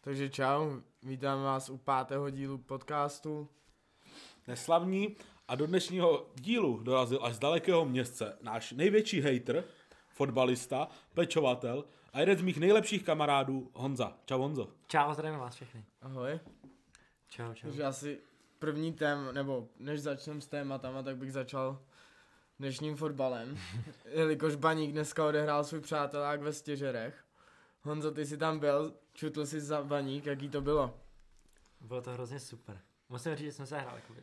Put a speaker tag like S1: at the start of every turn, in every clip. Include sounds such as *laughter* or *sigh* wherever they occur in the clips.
S1: Takže čau, vítám vás u pátého dílu podcastu.
S2: Neslavní a do dnešního dílu dorazil až z dalekého městce náš největší hater, fotbalista, pečovatel a jeden z mých nejlepších kamarádů Honza. Čau Honzo.
S3: Čau, zdravím vás všechny.
S1: Ahoj.
S3: Čau, čau.
S1: Takže asi první tém, nebo než začneme s tématama, tak bych začal dnešním
S3: *laughs*
S1: fotbalem, jelikož Baník dneska odehrál svůj přátelák ve Stěžerech. Honzo, ty jsi tam byl, čutl jsi za Baník, jaký to bylo?
S3: Bylo to hrozně super. Musím říct, že jsme se hráli jako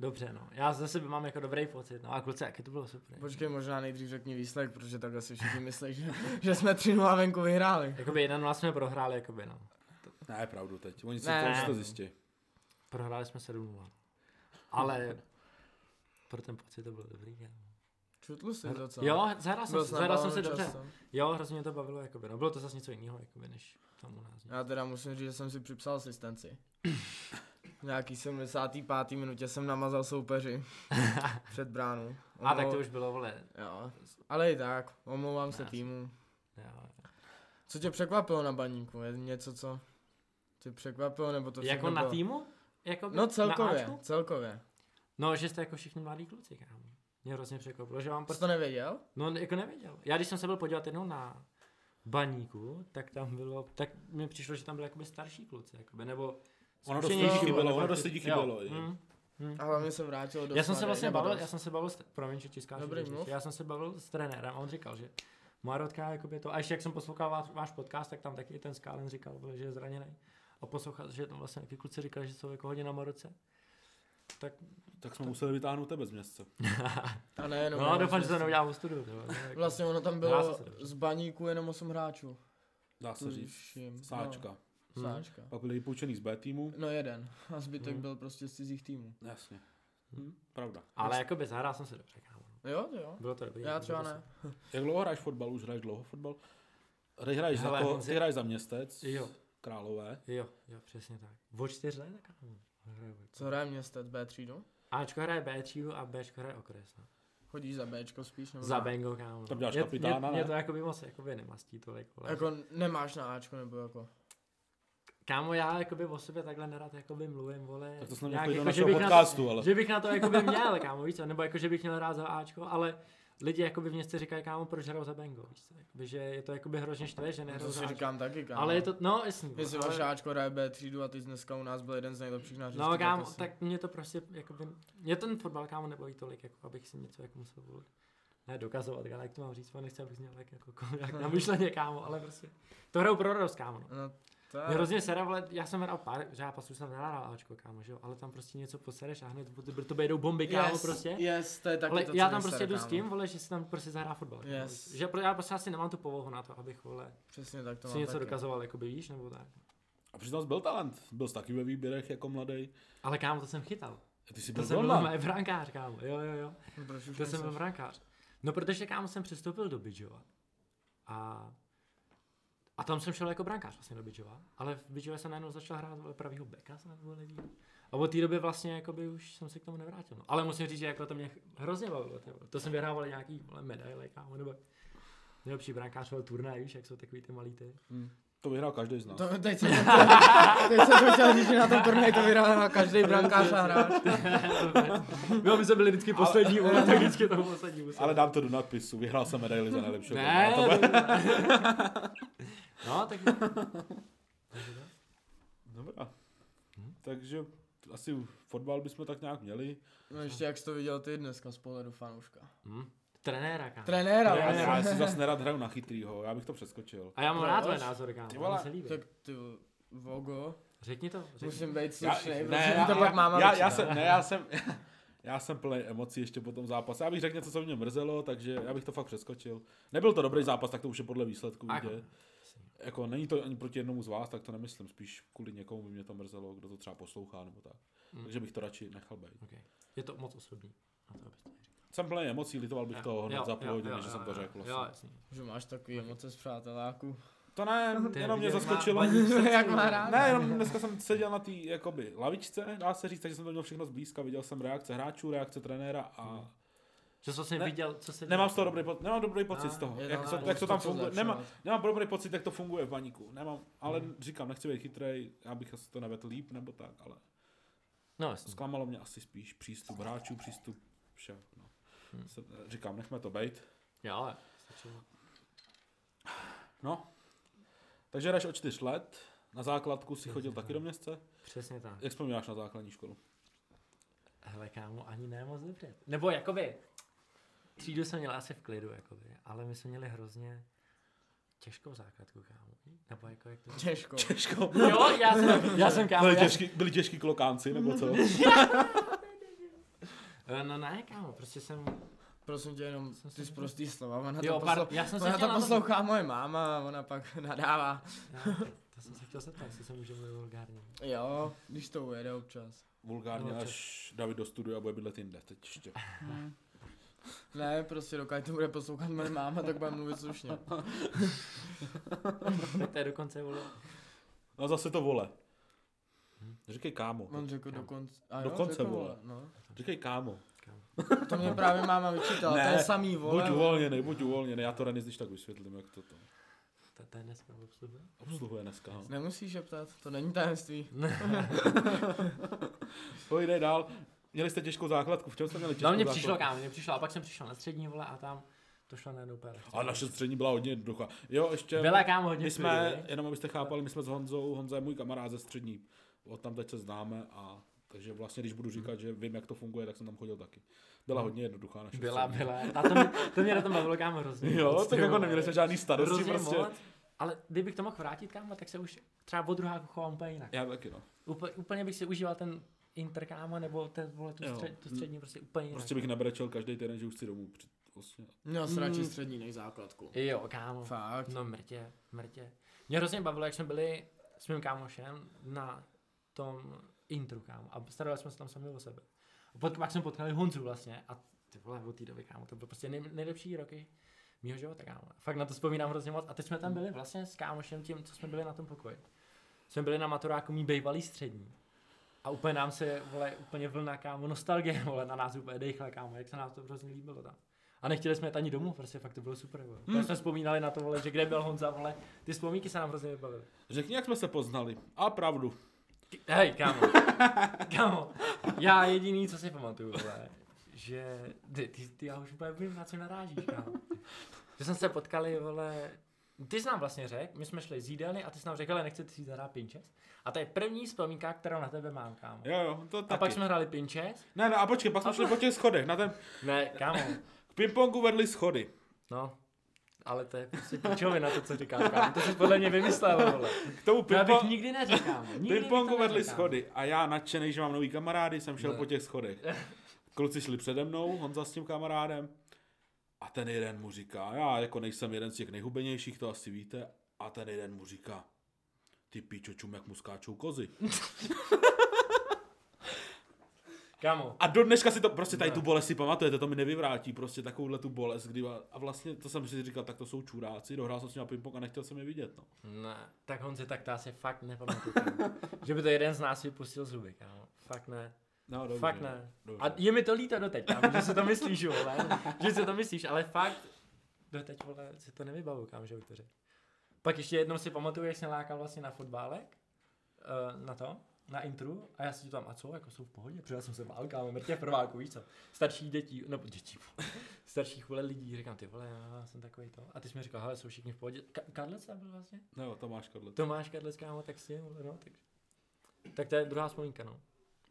S3: Dobře, no. Já ze sebe mám jako dobrý pocit, no a kluci, jaký to bylo super.
S1: Počkej, možná nejdřív řekni výsledek, protože takhle si všichni myslí, že, že jsme 3 venku vyhráli.
S3: Jakoby 1-0 jsme prohráli, jakoby, no.
S2: Ne, pravdu teď, oni si
S1: Ne,
S2: to,
S1: ne,
S2: už to
S1: ne.
S2: zjistí.
S3: Prohráli jsme 7-0. Ale pro ten pocit to bylo dobrý. Jo,
S1: Čutl jsi docela?
S3: jo zahrál jsem,
S1: Byl
S3: se-
S1: jsi na
S3: zahrál jsem
S1: balonu
S3: se dobře.
S1: často.
S3: Jo, hrozně mě to bavilo, jakoby, no. Bylo to zase něco jiného, jakoby, než tam u nás.
S1: Já teda musím říct, že jsem si připsal asistenci. V nějaký 75. minutě jsem namazal
S3: *laughs*
S1: soupeři před bránu.
S3: A tak to už bylo, vole.
S1: Jo, ale i tak, omlouvám se
S3: Já
S1: týmu.
S3: Jo.
S1: Co tě překvapilo na baníku? Je něco, co tě překvapilo, nebo to
S3: Jako
S1: všechno
S3: na
S1: bylo?
S3: týmu? Jakoby,
S1: No
S3: Na
S1: celkově,
S3: Ačku?
S1: celkově.
S3: no, že jste jako všichni mladí kluci, kámo. Mě hrozně překvapilo, že mám
S1: Proč to nevěděl?
S3: No, jako nevěděl. Já když jsem se byl podívat jednou na baníku, tak tam bylo, tak mi přišlo, že tam byly jakoby starší kluci, jakoby, nebo
S2: Ono dost
S3: zkušenější,
S2: lidí chybělo,
S3: nebo
S2: ono
S3: ty-
S2: dost lidí
S3: jo.
S2: chybělo. i.
S3: Mm.
S1: A hlavně se vrátil do
S3: Já jsem se
S1: Slávy,
S3: vlastně
S1: nebo
S3: bavil,
S1: dost.
S3: já jsem se bavil, s, promiň, že ti skáču,
S1: Dobrý,
S3: že-
S1: mluv.
S3: já jsem se bavil s trenérem a on říkal, že Marotka, jakoby to, a ještě jak jsem poslouchal váš, váš podcast, tak tam taky ten Skálen říkal, vole, že je zraněný. A poslouchal, že tam vlastně taky kluci říkali, že jsou jako hodně na Maroce. Tak,
S2: Tak jsme museli vytáhnout tebe z městce.
S1: A ne,
S3: no, doufám, že to neudělám u studiu.
S1: *laughs*
S3: tohle, ne, jako-
S1: Vlastně ono tam
S3: Hrál
S1: bylo
S3: jsem se dobře.
S1: z baníku jenom 8 hráčů.
S2: Dá
S3: Hmm.
S2: se říct.
S1: Tuším.
S2: Sáčka.
S1: No, sáčka.
S2: Pak byli poučený z B týmu.
S1: No jeden. A zbytek
S3: Hmm.
S1: byl prostě z cizích týmů.
S2: Jasně. Hm, pravda.
S3: Ale jakoby zahrál jsem se dobře, kámo.
S1: Jo, jo.
S3: Bylo to dobrý.
S1: Já
S3: jako
S1: třeba
S3: bylo to
S1: ne.
S2: Jak dlouho hráš fotbal? Už hraješ dlouho fotbal? Hry- Hraješ za
S3: Hele,
S2: koho?
S3: Honzi-
S2: Ty hraješ za městec?
S3: Jo.
S2: Králové.
S3: Jo, jo, přesně tak. O čtyř let, kámo. Hraje o-
S1: Co hraje městec B třídu?
S3: Ačko hraje B třídu a Bčko hraje okres. No.
S1: Chodíš za Bčko spíš? Nebo
S3: Za
S1: ne?
S3: Bengo, kámo.
S2: Tam děláš
S3: Mě-
S2: kapitána,
S3: mě,
S2: ne?
S3: mě, to jakoby moc jakoby nemastí tolik. Vole. Jako...
S1: Jako nemáš na Ačko nebo jako?
S3: Kámo, já jakoby o sobě takhle nerad jakoby mluvím, vole.
S2: Tak to jsme měli
S3: Nějak
S2: chodit do
S3: jako, že
S2: našeho
S3: bych na to,
S2: podcastu, ale...
S3: že bych na to jakoby měl, kámo, víš co? Nebo jako, že bych měl rád za Ačko, ale lidi jakoby v městě říkají, kámo, proč hrajou za Bengo, víš co? Jakoby, že je to jakoby hrozně štve, že nehrajou
S1: To
S3: za
S1: si
S3: Ačko.
S1: říkám taky, kámo.
S3: Ale je to, no, jasný.
S1: Jestli
S3: ale-
S1: vaše Ačko hraje B třídu a ty jsi dneska u nás byl jeden z nejlepších na hřišti,
S3: No kámo,
S1: asi-
S3: tak mě to prostě, jakoby, mě ten fotbal kámo nebojí tolik, jako abych si něco jako musel volit. Ne, dokazovat, ale jak to mám říct, ale nechci, abych měl tak jako *laughs* jak na myšleně, kámo, ale prostě. To hrajou pro radost, kámo. No.
S1: No, to
S3: Mě
S1: je...
S3: hrozně sere, ale já jsem hrál pár zápasů, jsem nehrál Ačko, kámo, že jo, ale tam prostě něco posereš a hned to, to bejdou bomby, kámo,
S1: yes,
S3: prostě.
S1: Yes, to je taky
S3: ale
S1: to, co
S3: já
S1: mě
S3: tam prostě
S1: sere,
S3: jdu s
S1: kámo.
S3: tím, vole, že si tam prostě zahrá fotbal. kámo,
S1: Yes.
S3: víš. Že pro- já prostě asi nemám tu povahu na to, abych, vole,
S1: Přesně tak to
S3: si
S1: mám
S3: něco
S1: taky.
S3: dokazoval, jako víš, nebo tak.
S2: A přitom jsi byl talent. Byl jsi taky ve výběrech jako mladý.
S3: Ale kámo, to jsem chytal.
S2: A ty jsi
S3: To
S2: byl
S3: jsem
S2: golman.
S3: byl brankář, kámo, jo, jo, jo.
S1: No, proč už
S3: To jsem byl
S1: nejseš?
S3: brankář. No protože kámo jsem přestoupil do Bidžova. A, a tam jsem šel jako brankář vlastně do Bidžova. Ale v Bidžově jsem najednou začal hrát vole, pravýho beka, jsem nebo levý. A od té doby vlastně jakoby, už jsem se k tomu nevrátil. No. Ale musím říct, že jako to mě hrozně bavilo. ty vole. To jsem vyhrával nějaký vole, medaile, kámo, nebo nejlepší brankář vole, turnaj, víš, jak jsou takový ty malý ty. *laughs*
S2: To vyhrál každý z nás.
S1: To, teď jsem *laughs* to chtěl, teď jsem to chtěl říct, že na tom turnaji to vyhrává každý brankář a hráč.
S3: no, my jsme byli vždycky poslední, ale, tak vždycky toho poslední musel.
S2: Ale dám to do nadpisu. Vyhrál jsem medaili za nejlepšího.
S3: Ne,
S2: golmana. To
S3: to
S2: bude-
S3: *laughs* No, *laughs* tak...
S2: Dobrá. Takže asi fotbal bychom tak nějak měli.
S1: No ještě jak jsi to viděl ty dneska z pohledu fanouška.
S3: Hm? Trenéra, kámo.
S1: Trenéra,
S2: Já,
S1: vlastně.
S2: já si zase nerad hraju na chytrýho, já bych to přeskočil.
S3: A já mám
S1: Proč?
S3: rád tvoje názory, kámo.
S2: Ty
S3: Ty
S2: vole,
S3: vole, se líbí.
S1: Tak ty vogo,
S3: Řekni to. Řekni.
S1: musím být slušný,
S2: ne,
S1: protože
S2: já-
S1: mi to pak máma
S2: Já,
S1: vyčítá.
S2: já jsem, ne, já jsem, *laughs* já jsem plný emocí ještě po tom zápase. Já bych řekl něco, co mě mrzelo, takže já bych to fakt přeskočil. Nebyl to dobrý zápas, tak to už je podle výsledku
S3: Ako.
S2: vidět. Jako není to ani proti jednomu z vás, tak to nemyslím. Spíš kvůli někomu by mě to mrzelo, kdo to třeba poslouchá nebo tak.
S1: Hmm.
S3: Mm.
S2: Takže bych to radši nechal být.
S3: Okay. Je to moc osobní. Na to, abys to neřekl.
S2: Jsem plný emocí, litoval bych toho hned
S3: Jo,
S2: za půl
S3: jo,
S2: hodiny,
S3: jo,
S2: že
S3: jo,
S2: jsem to
S3: jo,
S2: řekl.
S3: Jo,
S2: vlastně.
S3: jasně.
S1: Že máš takový emoce z přáteláku.
S2: To ne,
S3: Ty
S2: jenom mě
S3: viděl,
S2: zaskočilo.
S3: má- má-
S1: Jak má rád.
S2: Ne, jenom dneska jsem seděl na té jakoby lavičce, dá se říct, takže jsem to měl všechno zblízka, viděl jsem reakce hráčů, reakce trenéra a
S3: Že jsi vlastně
S2: Ne-
S3: ne, viděl, co se děje.
S2: Nemám z toho dobrý pocit, nemám dobrý pocit z toho,
S1: je
S2: jak,
S1: tam
S2: to, jak to
S1: spoustu
S2: tam
S1: co
S2: funguje,
S1: zlepšovat.
S2: nemám, nemám dobrý pocit, jak to funguje v baníku, nemám, ale
S3: Hmm.
S2: říkám, nechci být chytrý, já bych asi to nevedl líp nebo tak, ale
S3: Hmm. No jasně.
S2: zklamalo mě asi spíš přístup hráčů, přístup všeho, no.
S3: Hmm.
S2: Se- Říkám, nechme to být.
S3: Jo, ale stačilo.
S2: No, takže jdeš o čtyř let, na základku si chodil taky do městce,
S3: Přesně tak.
S2: jak vzpomínáš na základní školu?
S3: Hele, kámo, ani ne moc dobře. Nebo jakoby, třídu jsem měl asi v klidu, jakoby, ale my jsme měli hrozně těžkou základku, kámo. Nebo jako, jak to...
S1: Těžko.
S2: Těžko.
S3: Jo,
S2: *laughs*
S3: já jsem, já jsem kámo,
S2: Byli
S3: já No,
S2: těžký, byli těžký klokánci, nebo
S3: *laughs*
S2: co?
S3: Eh, No ne, kámo, prostě jsem...
S1: Prosím tě jenom
S3: Jsem
S1: ty
S3: si-
S1: prostý slova, ona
S3: Jo,
S1: to,
S3: pardon,
S1: poslo-
S3: já jsem se
S1: ona
S3: chtěl
S1: to
S3: na to-
S1: poslouchá moje máma a ona pak *laughs* nadává.
S3: Já, *laughs* to jsem se chtěl zeptat, jestli jsem můžu mluvit vulgárně.
S1: Jo, když to ujede občas.
S2: Vulgárně,
S3: No,
S2: až David do studia a bude bydlet jinde, teď ještě.
S1: Ne, prostě dokud to bude poslouchat moje máma, tak bude mluvit slušně.
S3: Tak to je dokonce vole.
S2: No a zase to vole. Říkej kámo.
S3: No.
S1: On řekl dokonce. A
S2: Dokonce,
S1: řekl,
S2: vole.
S1: No.
S2: Říkej kámo.
S1: To mě právě máma vyčítala,
S2: Ne,
S1: to je samý vole.
S3: no.
S2: Buď uvolněný, buď uvolněný, já to Renis když tak vysvětlím, jak to to
S3: To, to je dneska obsluha.
S2: obsluhuje dneska. no.
S1: Nemusíš šeptat, to není tajemství.
S2: Pojde dál. Měli jste těžkou základku, v čem jste měli těžkou
S3: No mě
S2: základku?
S3: přišlo, kámo, mě přišlo. A pak jsem přišel na střední vole a tam to šlo najednou úplně lehce.
S2: A naše střední byla hodně jednoduchá. Jo, ještě...
S3: Byla kámo hodně
S2: My
S3: v klidu,
S2: jsme,
S3: viď?
S2: jenom abyste chápali, my jsme s Honzou, Honza je můj kamarád ze střední, od tam teď se známe a takže vlastně, když budu říkat, že vím, jak to funguje, tak jsem tam chodil taky. Byla hodně jednoduchá naše
S3: Byla,
S2: střední.
S3: byla. A to mě, to mě na tom bavilo kámo hrozně.
S2: *laughs* Jo,
S3: moc,
S2: tak
S3: ty
S2: jako
S3: vole.
S2: neměli jsme žádný starosti
S3: Hrozně
S2: prostě.
S3: moc. Ale kdybych to mohl vrátit kámo, tak se už třeba od druháku chovám úplně jinak.
S2: Já taky no.
S3: Úplně, úplně bych si užíval ten inter kámo, nebo ten, vole, tu,
S2: Jo.
S3: střed, tu střední prostě úplně jinak.
S2: Prostě bych nebrečel každý týden, že už chci domů. Před, vlastně.
S1: Měl jsem radši
S3: Mm.
S1: střední než základku.
S3: Jo, kámo.
S1: Fakt.
S3: No mrtě, mrtě. Mě hrozně bavilo, jak jsme byli s mým kámošem na tom intru, kámo. A starali jsme se tam sami o sebe. A pot, pak jsme potkali Honzu vlastně. A ty vole, od té doby, kámo, to byly prostě nej, nejlepší roky mýho života, kámo. Fakt na to vzpomínám hrozně moc. A teď jsme tam byli vlastně s kámošem tím, co jsme byli na tom pokoji. Jsme byli na maturáku mý bejvalý střední. A úplně nám se, vole, úplně vlna, kámo, nostalgie, vole, na nás úplně dejchla, kámo, jak se nám to hrozně líbilo tam. A nechtěli jsme jet ani domů, prostě fakt to bylo super. Vole. Hmm. jsme vzpomínali na to, vole, že kde byl Honza, vole, ty vzpomínky se nám hrozně vybavily.
S2: Řekni, jak jsme se poznali. A pravdu.
S3: Ty- Hej, kámo, *laughs* kámo, já jediný, co si pamatuju, vole, že ty, ty, ty já už úplně vím, na co narážíš, kámo. Že jsme se potkali, vole, ty jsi nám vlastně řekl, my jsme šli z jídelny a ty jsi nám řekl, ale nechcete si jít zahrát pinches. A to je první vzpomínka, kterou na tebe mám, kámo.
S2: Jo, jo, to taky.
S3: A pak jsme hráli pinches.
S2: Ne, ne, a počkej, pak jsme šli po těch schodech. Na ten
S3: Ne, kámo,
S2: k pingpongu vedli schody.
S3: no. Ale to je prostě pičovina, to, co říkám, kámo. To jsi podle mě vymyslel, vole.
S2: K tomu
S3: To já bych
S2: pingpong,
S3: nikdy neříkal. Nikdy bych to
S2: pingpongu vedli
S3: neříkal.
S2: schody. A já nadšený, že mám nový kamarády, jsem šel
S3: Ne.
S2: po těch schodech. Kluci šli přede mnou, Honza s tím kamarádem. A ten jeden mu říká, já jako nejsem jeden z těch nejhubenějších, to asi víte. A ten jeden mu říká, ty píčo čum, jak mu skáčou kozy.
S3: Kámo,
S2: A do dneška si to, prostě tady tu bolest si pamatujete, to mi nevyvrátí, prostě takovouhle tu bolest, kdy a- a vlastně to jsem si říkal, tak to jsou čuráci, dohrál jsem s nimi ping a nechtěl jsem je vidět, no.
S3: ne, tak Honzi, tak to asi fakt nepamatuju. kámo. že by to jeden z nás vypustil zuby, kámo. Fakt ne.
S2: No,
S3: Dobře, fakt ne.
S2: Dobře.
S3: A je mi to líto doteď, kámo, že si to myslíš, jo,
S2: *laughs*
S3: vole. Že si to myslíš, ale fakt doteď, vole, si to nevybavu, kámo, že bych to řekl. Pak ještě jednou si pamatuju, jak jsem lákal vlastně na fotbálek, eh, na to, na intru, a já si tam, a co, jako jsou v pohodě, protože já jsem se bál, kámo, mrtě v prváku, víš co, starší dětí, nebo dětí, vole, starších, vole, lidí, říkám, ty vole, já jsem takový to. A ty jsi mi říkal, hele, jsou všichni v pohodě. Ka- Kadlec tam byl vlastně?
S2: No jo, Tomáš Kadlec.
S3: Tomáš Kadlec, kámo, tak si, vole, no, tak, tak to je druhá vzpomínka, no.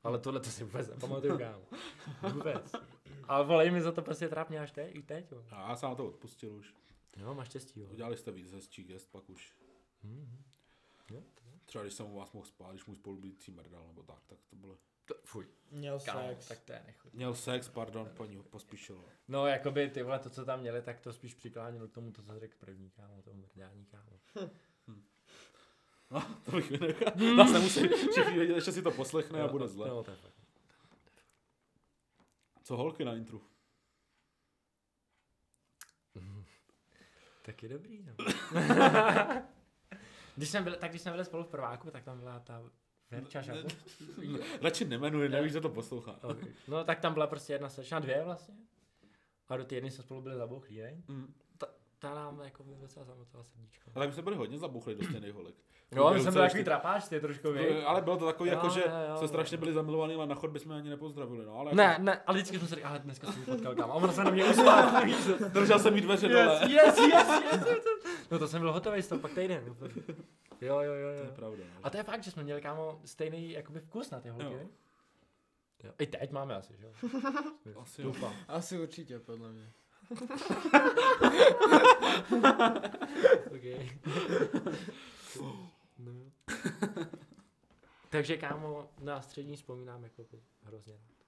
S3: Ale tohle to si vůbec nepamatuju, kámo. *laughs* Vůbec. Ale volej mi za to prostě trápně až teď, i teď, jo.
S2: A já jsem na to odpustil už.
S3: Jo, máš štěstí, jo. Mhm.
S2: Udělali jste víc hezčích gest pak už.
S3: Jo.
S2: Třeba když jsem u vás mohl spát, když můj spolubící mrdal nebo tak, tak to bylo.
S3: To, fuj,
S1: Měl
S3: kámo, tak to je nechutný.
S2: Měl sex, pardon, paní ho pospíšilo.
S3: No, jakoby ty vole, to, co tam měli, tak to spíš přikláněno k tomu, to, co řekl první, kámo, tomu mrdání, kámo.
S2: No, *laughs* to bych vynechal. Nás nemusí všichni vědět, ještě si to poslechne a
S3: Jo,
S2: bude
S3: no,
S2: zle.
S3: No, to je fakt.
S2: Co holky na intru?
S3: Tak je dobrý, *laughs* no. když jsem byl, tak když jsme byli spolu v prváku, tak tam byla ta Verča Žabu.
S2: Radši nemenuji, nevíš, že to poslouchá.
S3: Okay. No tak tam byla prostě jedna slečna, dvě vlastně. A do té jedny jsme spolu byli zabouchlí, ne?
S2: Mm.
S3: Ta, ta nám jako by docela zamotala srdíčko.
S2: Ale my jsme byli hodně zabuchli do stejných holek.
S3: Jo, my
S2: Byl docela
S3: jsme byli takový
S2: štědrý.
S3: trapáč, ty trošku,
S2: Eh,
S3: víš?
S2: Ale bylo to takový,
S3: No, Jo,
S2: jako, že
S3: jo, jo,
S2: se
S3: jo.
S2: strašně byli zamilovaní, ale na chodbě jsme ani nepozdravili. No, ale
S3: Ne, ne, ale vždycky jsme se říkali, ale dneska jsem ji potkal kam. A ona se na mě usmála. *laughs* víš, co?
S2: Jako, držel jsem jí dveře
S3: yes,
S2: dole.
S3: yes, yes, yes, yes. No to jsem byl hotový z toho, pak týden. úplně. Jo, jo, jo,
S2: To je
S3: jo.
S2: pravda. no.
S3: A to je fakt, že jsme měli kámo stejný jakoby vkus na ty holky.
S2: Jo.
S3: Jo. Jo. I teď máme asi, že jo?
S2: Asi jo.
S1: Asi určitě, podle mě.
S2: *laughs*
S3: Okay. no. Takže kámo, na střední vzpomínám jako by hrozně rád.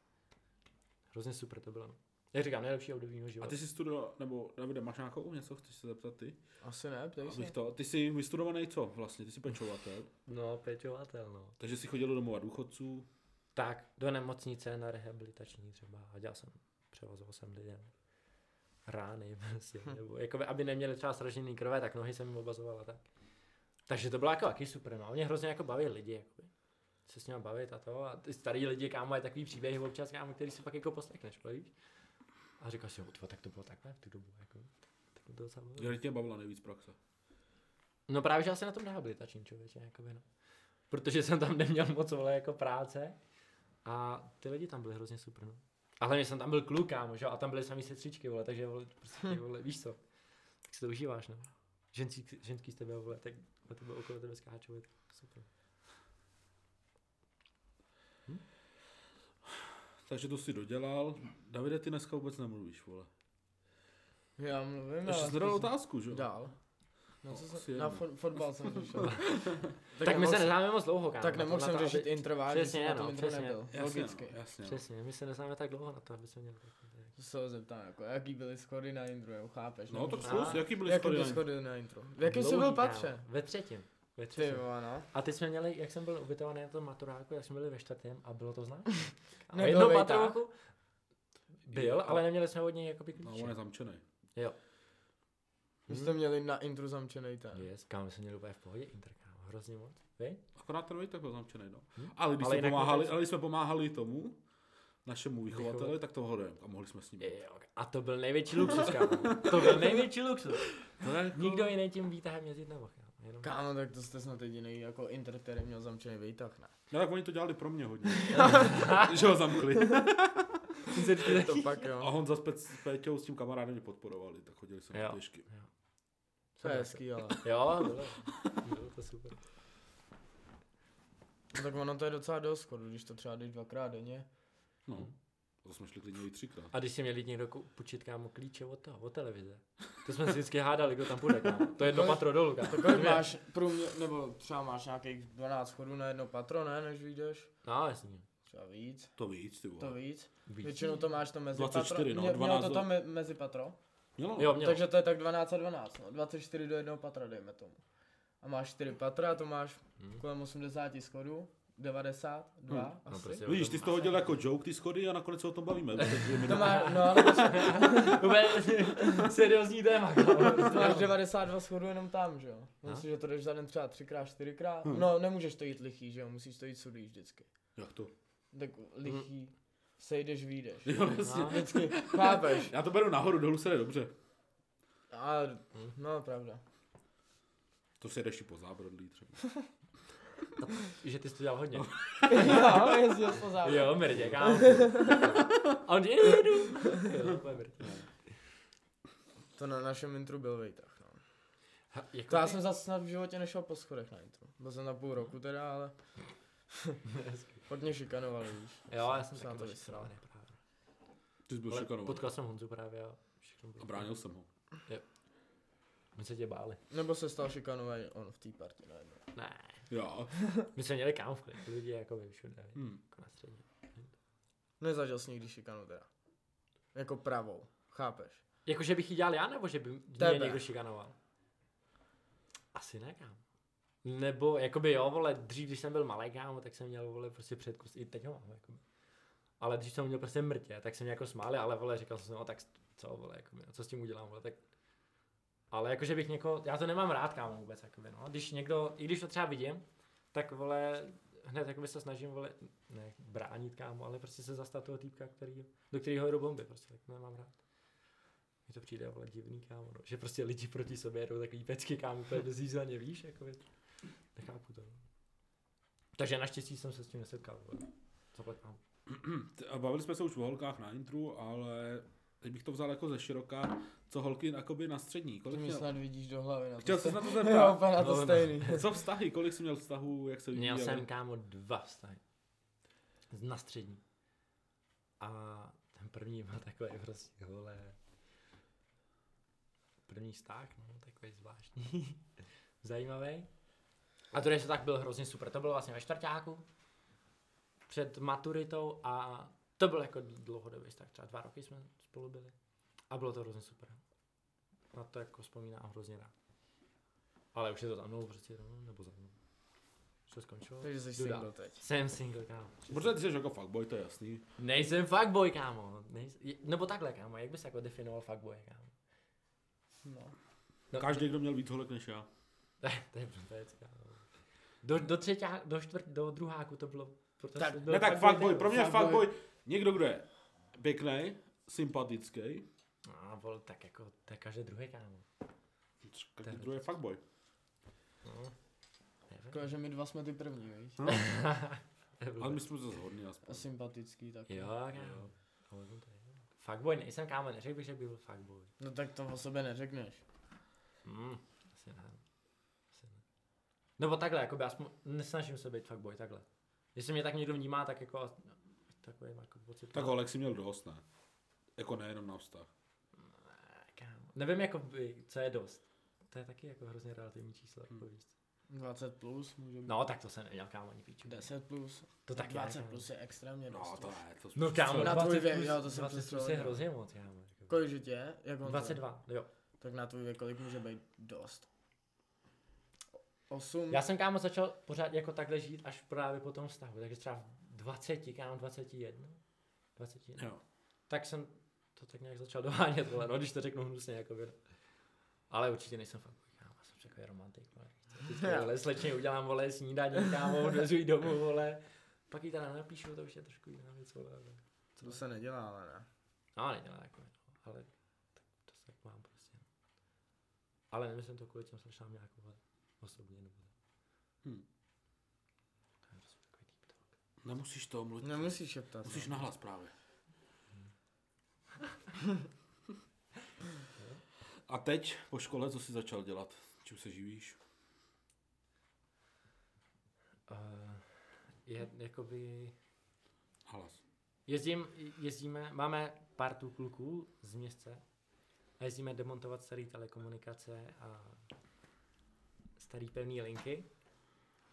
S3: Hrozně super to bylo. no. Jak říkám, nejlepší období mého
S2: A
S3: života.
S2: ty jsi studoval, nebo Davide, máš nějakou něco, chceš se zeptat ty?
S1: Asi ne, ptej se.
S2: Abych to, ty jsi vystudovaný co vlastně, ty jsi pečovatel,
S3: No, pečovatel, no.
S2: takže jsi chodil do domova důchodců,
S3: Tak, do nemocnice na rehabilitační třeba a dělal jsem, převozoval jsem lidem rány *laughs* prostě, nebo jakoby, aby neměli třeba sražený krve, tak nohy jsem jim obazoval a tak. Takže to bylo jako taky super, no. Mě hrozně jako baví lidi, jakoby. Se s nimi bavit a to. A ty starý lidi, kámo, je takový příběh občas, kámo, který si pak jako poslechneš, víš? A říkáš si, jo, tyvo, tak to bylo takhle v tu dobu, jako. Tak to docela bylo.
S2: kde tě bavila nejvíc praxe.
S3: No právě, že asi na tom rehabilitačním člověče, jakoby, no. Protože jsem tam neměl moc vole jako práce a ty lidi tam byli hrozně super, no. A hlavně jsem tam byl kluk, kámo, že? jo, a tam byly samý sestřičky, vole, takže vole,
S1: Hm.
S3: prostě, vole, víš co, tak si to užíváš, no. Ženský, ženský z tebe, vole, tak na tebe okolo tebe skáčou, je to super.
S2: Takže to si dodělal. Davide, ty dneska vůbec nemluvíš, vole.
S1: Já mluvím,
S3: No,
S1: jako-
S2: Ještě
S3: jako
S2: jsi nedal otázku, že? jo?
S1: Dál. Na,
S2: No,
S1: co
S2: asi
S1: jsem, na
S2: jedno.
S1: fot, fotbal jsem
S3: *laughs*
S1: řešil.
S3: Tak, tak my se
S1: nemohl-
S3: neznáme moc dlouho, kámo.
S1: Tak
S3: na to-
S1: nemohl
S3: na
S1: jsem
S3: to,
S1: řešit
S3: aby-
S1: introvář,
S3: Přesně,
S1: jsem na
S3: no,
S1: tom intro
S3: přesně.
S1: nebyl.
S2: Jasně,
S1: Logicky.
S2: no, jasně. no.
S3: Přesně, my se neznáme tak dlouho na to, aby jsme měli takový-
S1: To se ho zeptám, jako, jaký byly skory na intro, jo, chápeš?
S2: No
S1: nebo?
S2: tak zkus,
S3: A- jako
S2: jaký byly
S1: Jaký
S2: skoro
S1: byly skory na intro? V jakém jsi
S3: Dlouhý,
S1: byl
S3: No, kámo.
S1: patře?
S3: Ve třetím. Ve třetím.
S1: Ty vole, no.
S3: A teď jsme měli, jak jsem byl ubytovaný na tom maturáku, jak jsme byli ve čtvrtém a bylo to znát. A
S1: Nebyl
S3: jedno
S1: vejtah?
S3: patrouku byl, ale neměli jsme od něj jakoby
S2: No, on
S3: klíče.
S2: je zamčený.
S3: Jo.
S1: Vy
S3: Mhm.
S1: jste měli na intro zamčený ten.
S3: Yes, kámo, my jsme měli úplně v pohodě interkám, hrozně moc. Vy?
S2: Akorát ten tak byl zamčený, no.
S3: Hm?
S2: Ale když,
S3: Ale
S2: jsme
S3: jinak
S2: pomáhali,
S3: nakonec-
S2: ale když jsme pomáhali tomu, našemu vychovateli,
S3: Vychovat-
S2: tak toho hodem a mohli jsme s ním.
S3: Jo, a to byl největší luxus, kámo. To byl největší luxus.
S2: To je jako-
S3: Nikdo jiný tím výtahem jezdit nemohl, kámo. Jenom...
S1: Kámo, tak to jste snad jediný jako intro, který měl zamčený výtah, ne?
S2: No tak oni to dělali pro mě
S3: *laughs*
S2: hodně. že ho zamkli.
S1: To pak jo.
S2: A Honza s, Pec, s Péťou s tím kamarádem mě podporovali, tak chodili jsme na
S3: Jo.
S2: pěšky.
S1: To je hezký, ale.
S3: Jo, bylo. Bylo to super.
S1: No Tak ono to je docela dost skoro, když to třeba jdeš dvakrát denně.
S2: No. To jsme šli klidně i třikrát.
S3: A když si měl jít někdo ku- půjčit kámo klíče od toho, od televize. To jsme si vždycky hádali, kdo tam půjde, kámo. To je jedno
S1: Kolik-
S3: patro dolů, kámo.
S1: Tak kolik máš průměr, nebo třeba máš nějakých 12 chodů na jedno patro, ne, než vyjdeš?
S3: No, jasně.
S1: Třeba víc,
S2: To víc, ty vole.
S1: to víc.
S3: Víc.
S1: Většinou to máš to mezi
S2: 24, no,
S1: patro. Mě-
S2: 12
S1: mělo to
S2: do-
S1: tam me- mezi patro.
S2: Mělo.
S3: Jo, měl.
S1: Takže to je tak 12 a 12, no. 24 do jednoho patra, dejme tomu. A máš 4 patra, to máš
S3: Hmm.
S1: kolem 80 schodů, 92
S2: Hmm.
S1: asi.
S3: prostě
S2: Vidíš, ty jsi to hodil jako joke, ty schody a nakonec se o tom bavíme. To je
S1: To
S2: dvě minuty.
S1: má, no ale to, jsou-
S3: Úplně seriózní téma, kámo.
S1: to máš 92 schodů jenom tam, že jo.
S3: No.
S1: Myslím, že to jdeš za den třeba třikrát, čtyřikrát.
S2: Hmm.
S1: No nemůžeš to jít lichý, že jo, musíš to jít sudý vždycky.
S2: Jak to?
S1: Tak lichý, sejdeš, výjdeš.
S2: Jo, jasně.
S3: No.
S1: Vždycky, chápeš.
S2: Já to beru nahoru, dolů se jde dobře.
S1: A, no pravda. *laughs*
S2: To se jdeš i po zábrodlí třeba.
S3: Že ty jsi to dělal hodně.
S1: jo, jezdil po závodě.
S3: Jo, mrdě, *laughs* kámo. A on jedu. Jo, úplně mrdě.
S1: To na našem intru byl vejtah, no.
S3: Ha, jako
S1: To já
S3: ty-
S1: jsem zase snad v životě nešel po schodech na intro. Byl jsem na půl roku teda, ale pak mě šikanovali, víš.
S3: Jo, já jsem
S1: Jsem na
S3: taky
S1: to
S3: byl
S1: vysral.
S3: šikanovaný právě.
S2: Ty jsi byl
S3: Ale
S2: šikanovaný.
S3: potkal jsem Honzu právě a všechno bylo.
S2: A bránil jsem ho.
S3: My se tě báli.
S1: Nebo se stal šikanovaný on v té partě najednou.
S3: Ne.
S2: Jo.
S3: My jsme měli kámo v klidu, lidi jako by všude.
S2: Hm.
S3: Jako na střední.
S1: Nezažil jsi nikdy šikanu teda. Jako pravou, chápeš?
S3: Jako, že bych ji dělal já, nebo že by mě
S1: Tebe.
S3: někdo šikanoval? Asi ne, kámo. Nebo, jakoby jo, vole, dřív, když jsem byl malý, kámo, tak jsem měl, vole, prostě předkus, i teď ho mám, jakoby. Ale dřív jsem měl prostě mrtě, tak jsem mě jako smáli, ale, vole, říkal jsem si, no, tak co, vole, jakoby, no, co s tím udělám, vole, tak... Ale jakože bych někoho, já to nemám rád, kámo, vůbec, jakoby, no. Když někdo, i když to třeba vidím, tak, vole, hned, jakoby se snažím, vole, ne, bránit, kámo, ale prostě se zastat toho týpka, který, do kterého jdu bomby, prostě, tak to nemám rád. Mně to přijde vole divný, kámo, no. že prostě lidi proti sobě jedou takový pecky, kámo, úplně bezvízleně, víš, jako Nechápu to. no. Takže naštěstí jsem se s tím nesetkal, vole. Zaplať pán.
S2: T- a Bavili jsme se už o holkách na intru, ale teď bych to vzal jako ze široka, co holky jakoby na střední.
S1: Ty
S2: Kolik
S1: mi
S2: měl...
S1: snad vidíš do hlavy na to.
S2: Chtěl
S1: *laughs*
S2: jsi na to
S1: Jo,
S2: zeptat.
S1: úplně na to
S3: No, no.
S1: stejný.
S2: *laughs* Co vztahy, kolik jsi měl vztahů, jak se
S3: Měl
S2: vyvíjeli?
S3: jsem, kámo, dva vztahy. Z- Na střední. A ten první má takový prostě, vole, první vztah, no, takový zvláštní, *laughs* zajímavý. A to, se tak byl hrozně super, to bylo vlastně ve čtvrtáku, před maturitou a to byl jako dlouhodobý vztah, třeba dva roky jsme spolu byli. A bylo to hrozně super. Na to jako vzpomínám hrozně rád. Ale už je to za mnou prostě, no, nebo za mnou. Už to skončilo.
S1: Takže jsi
S3: Duda.
S1: single teď.
S3: Jsem single, kámo.
S2: Protože ty jsi jako fuckboy, to je jasný.
S3: Nejsem fuckboy, kámo. Nejsem, nebo takhle, kámo. Jak bys jako definoval fuckboy, kámo? *laughs*
S1: No.
S3: No,
S2: Každý, kdo měl víc holek než já.
S3: To, je- to je blbec, kámo. Do, do třetí, do čtvrt, do druháku to bylo... Protože
S1: Tak-
S3: No, to bylo
S2: Ne tak fuckboy, pro mě
S1: Fuckboy.
S2: fuckboy, někdo, kdo je pěkný, sympatický,
S3: A byl tak jako, to je každý druhý, kámo.
S2: tak kdo je fuckboy.
S3: No. Nevím.
S1: Jako, že my dva jsme ty první, víš?
S3: To je blbec.
S2: Ale my jsme se shodný aspoň.
S1: A sympatický taky.
S3: Jo, kámo. Ale to je- Fuckboy nejsem, kámo. Neřekl bych, že bych byl fuckboy.
S1: No tak to o sobě neřekneš.
S3: Mm, asi ne. Asi ne. Nebo takhle, jako aspoň nesnažím se být fuckboy, takhle. Jestli mě tak někdo vnímá, tak jako a- takový jako pocit.
S2: Tak holek si měl dost, ne? Jako nejenom na vztah.
S3: Kámo. Nevím, jako by, co je dost. To je taky jako hrozně relativní číslo.
S1: Hmm.
S3: Jako víc.
S1: 20 plus může být.
S3: No, tak to jsem neměl, kámo, ani píču.
S1: 10 plus.
S3: To taky ne,
S1: 20
S3: kámo.
S1: plus je extrémně
S2: No
S1: dost.
S2: to ne, to jsme
S3: No kámo,
S1: Na
S3: 20
S1: tvůj věk,
S3: plus,
S1: jo, to jsem
S3: 20 plus je
S1: přestrojenil.
S3: hrozně moc, kámo. jako.
S1: Kolik že tě je? Jak Honza?
S3: 22, jo.
S1: Tak na tvůj věk kolik může být dost? 8?
S3: Já jsem kámo začal pořád jako takhle žít až právě po tom vztahu, takže třeba v 20, kámo 21, 21.
S2: Jo.
S3: Tak jsem to tak nějak začal dohánět, vole, no, když to řeknu hnusně, jako by. Ale určitě nejsem fakt, kámo, já jsem takový romantik, vole. Teďka, vole, slečně udělám, vole, snídaní, kámo, odvezu jí domů, vole. Pak jí teda napíšu, to už je trošku jiná věc, vole. Ale...
S1: To se nedělá, ale ne.
S3: No, nedělá jako, no, ale tak, to tak mám prostě. no. Ale nemyslím to kvůli těm slečnám nějak, vole, osobně, nebo tak.
S2: Hm.
S3: To je prostě takový deep talk.
S2: Nemusíš to mluvit.
S1: Nemusíš šeptat.
S2: Musíš
S1: no.
S2: nahlas právě. A teď po škole, co jsi začal dělat? Čím se živíš?
S3: Uh, je, jakoby,
S2: Hlas.
S3: jezdím, jezdíme, máme partu kluků z městce a jezdíme demontovat staré telekomunikace a staré pevné linky.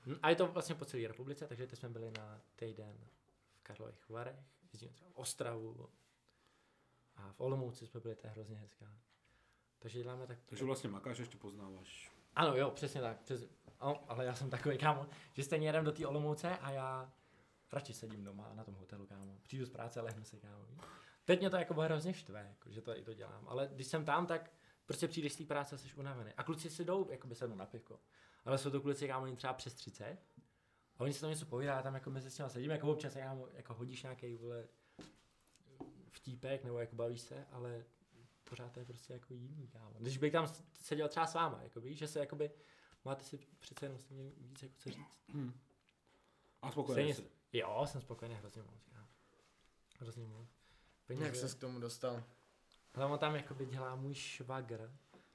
S3: Hm, A je to vlastně po celé republice, takže teď jsme byli na týden v Karlových Varech, jezdíme třeba v Ostravu a v Olomouci jsme byli, to je hrozně hezká. Takže děláme tak...
S2: Takže vlastně makáš, ještě poznáváš.
S3: Ano, jo, přesně tak. Přes... No, ale já jsem takový kámo, že stejně jedem do té Olomouce a já radši sedím doma na tom hotelu, kámo. Přijdu z práce, lehnu si, kámo. víš. Teď mě to jako hrozně štve, jako, že to i to dělám, ale když jsem tam, tak prostě přijdeš z té práce, jsi unavený. A kluci si jdou, jakoby sednou na pivko. Ale jsou to kluci, kámo, jim třeba přes 30. A oni si tam něco povídá, tam jako mezi s nimi sedím, jako občas kámo, jako hodíš nějaký vole vtípek, nebo jako bavíš se, ale pořád to je prostě jako jiný, kámo. Když bych tam s- seděl třeba s váma, jako víš, že se jakoby, máte si přece jenom s tím víc jako co říct.
S2: A spokojený
S3: Stejně-
S2: jsi.
S3: Jo, jsem spokojený hrozně moc, kámo. Hrozně moc.
S1: Jak ses k tomu dostal?
S3: Ale on tam jakoby dělá můj švagr,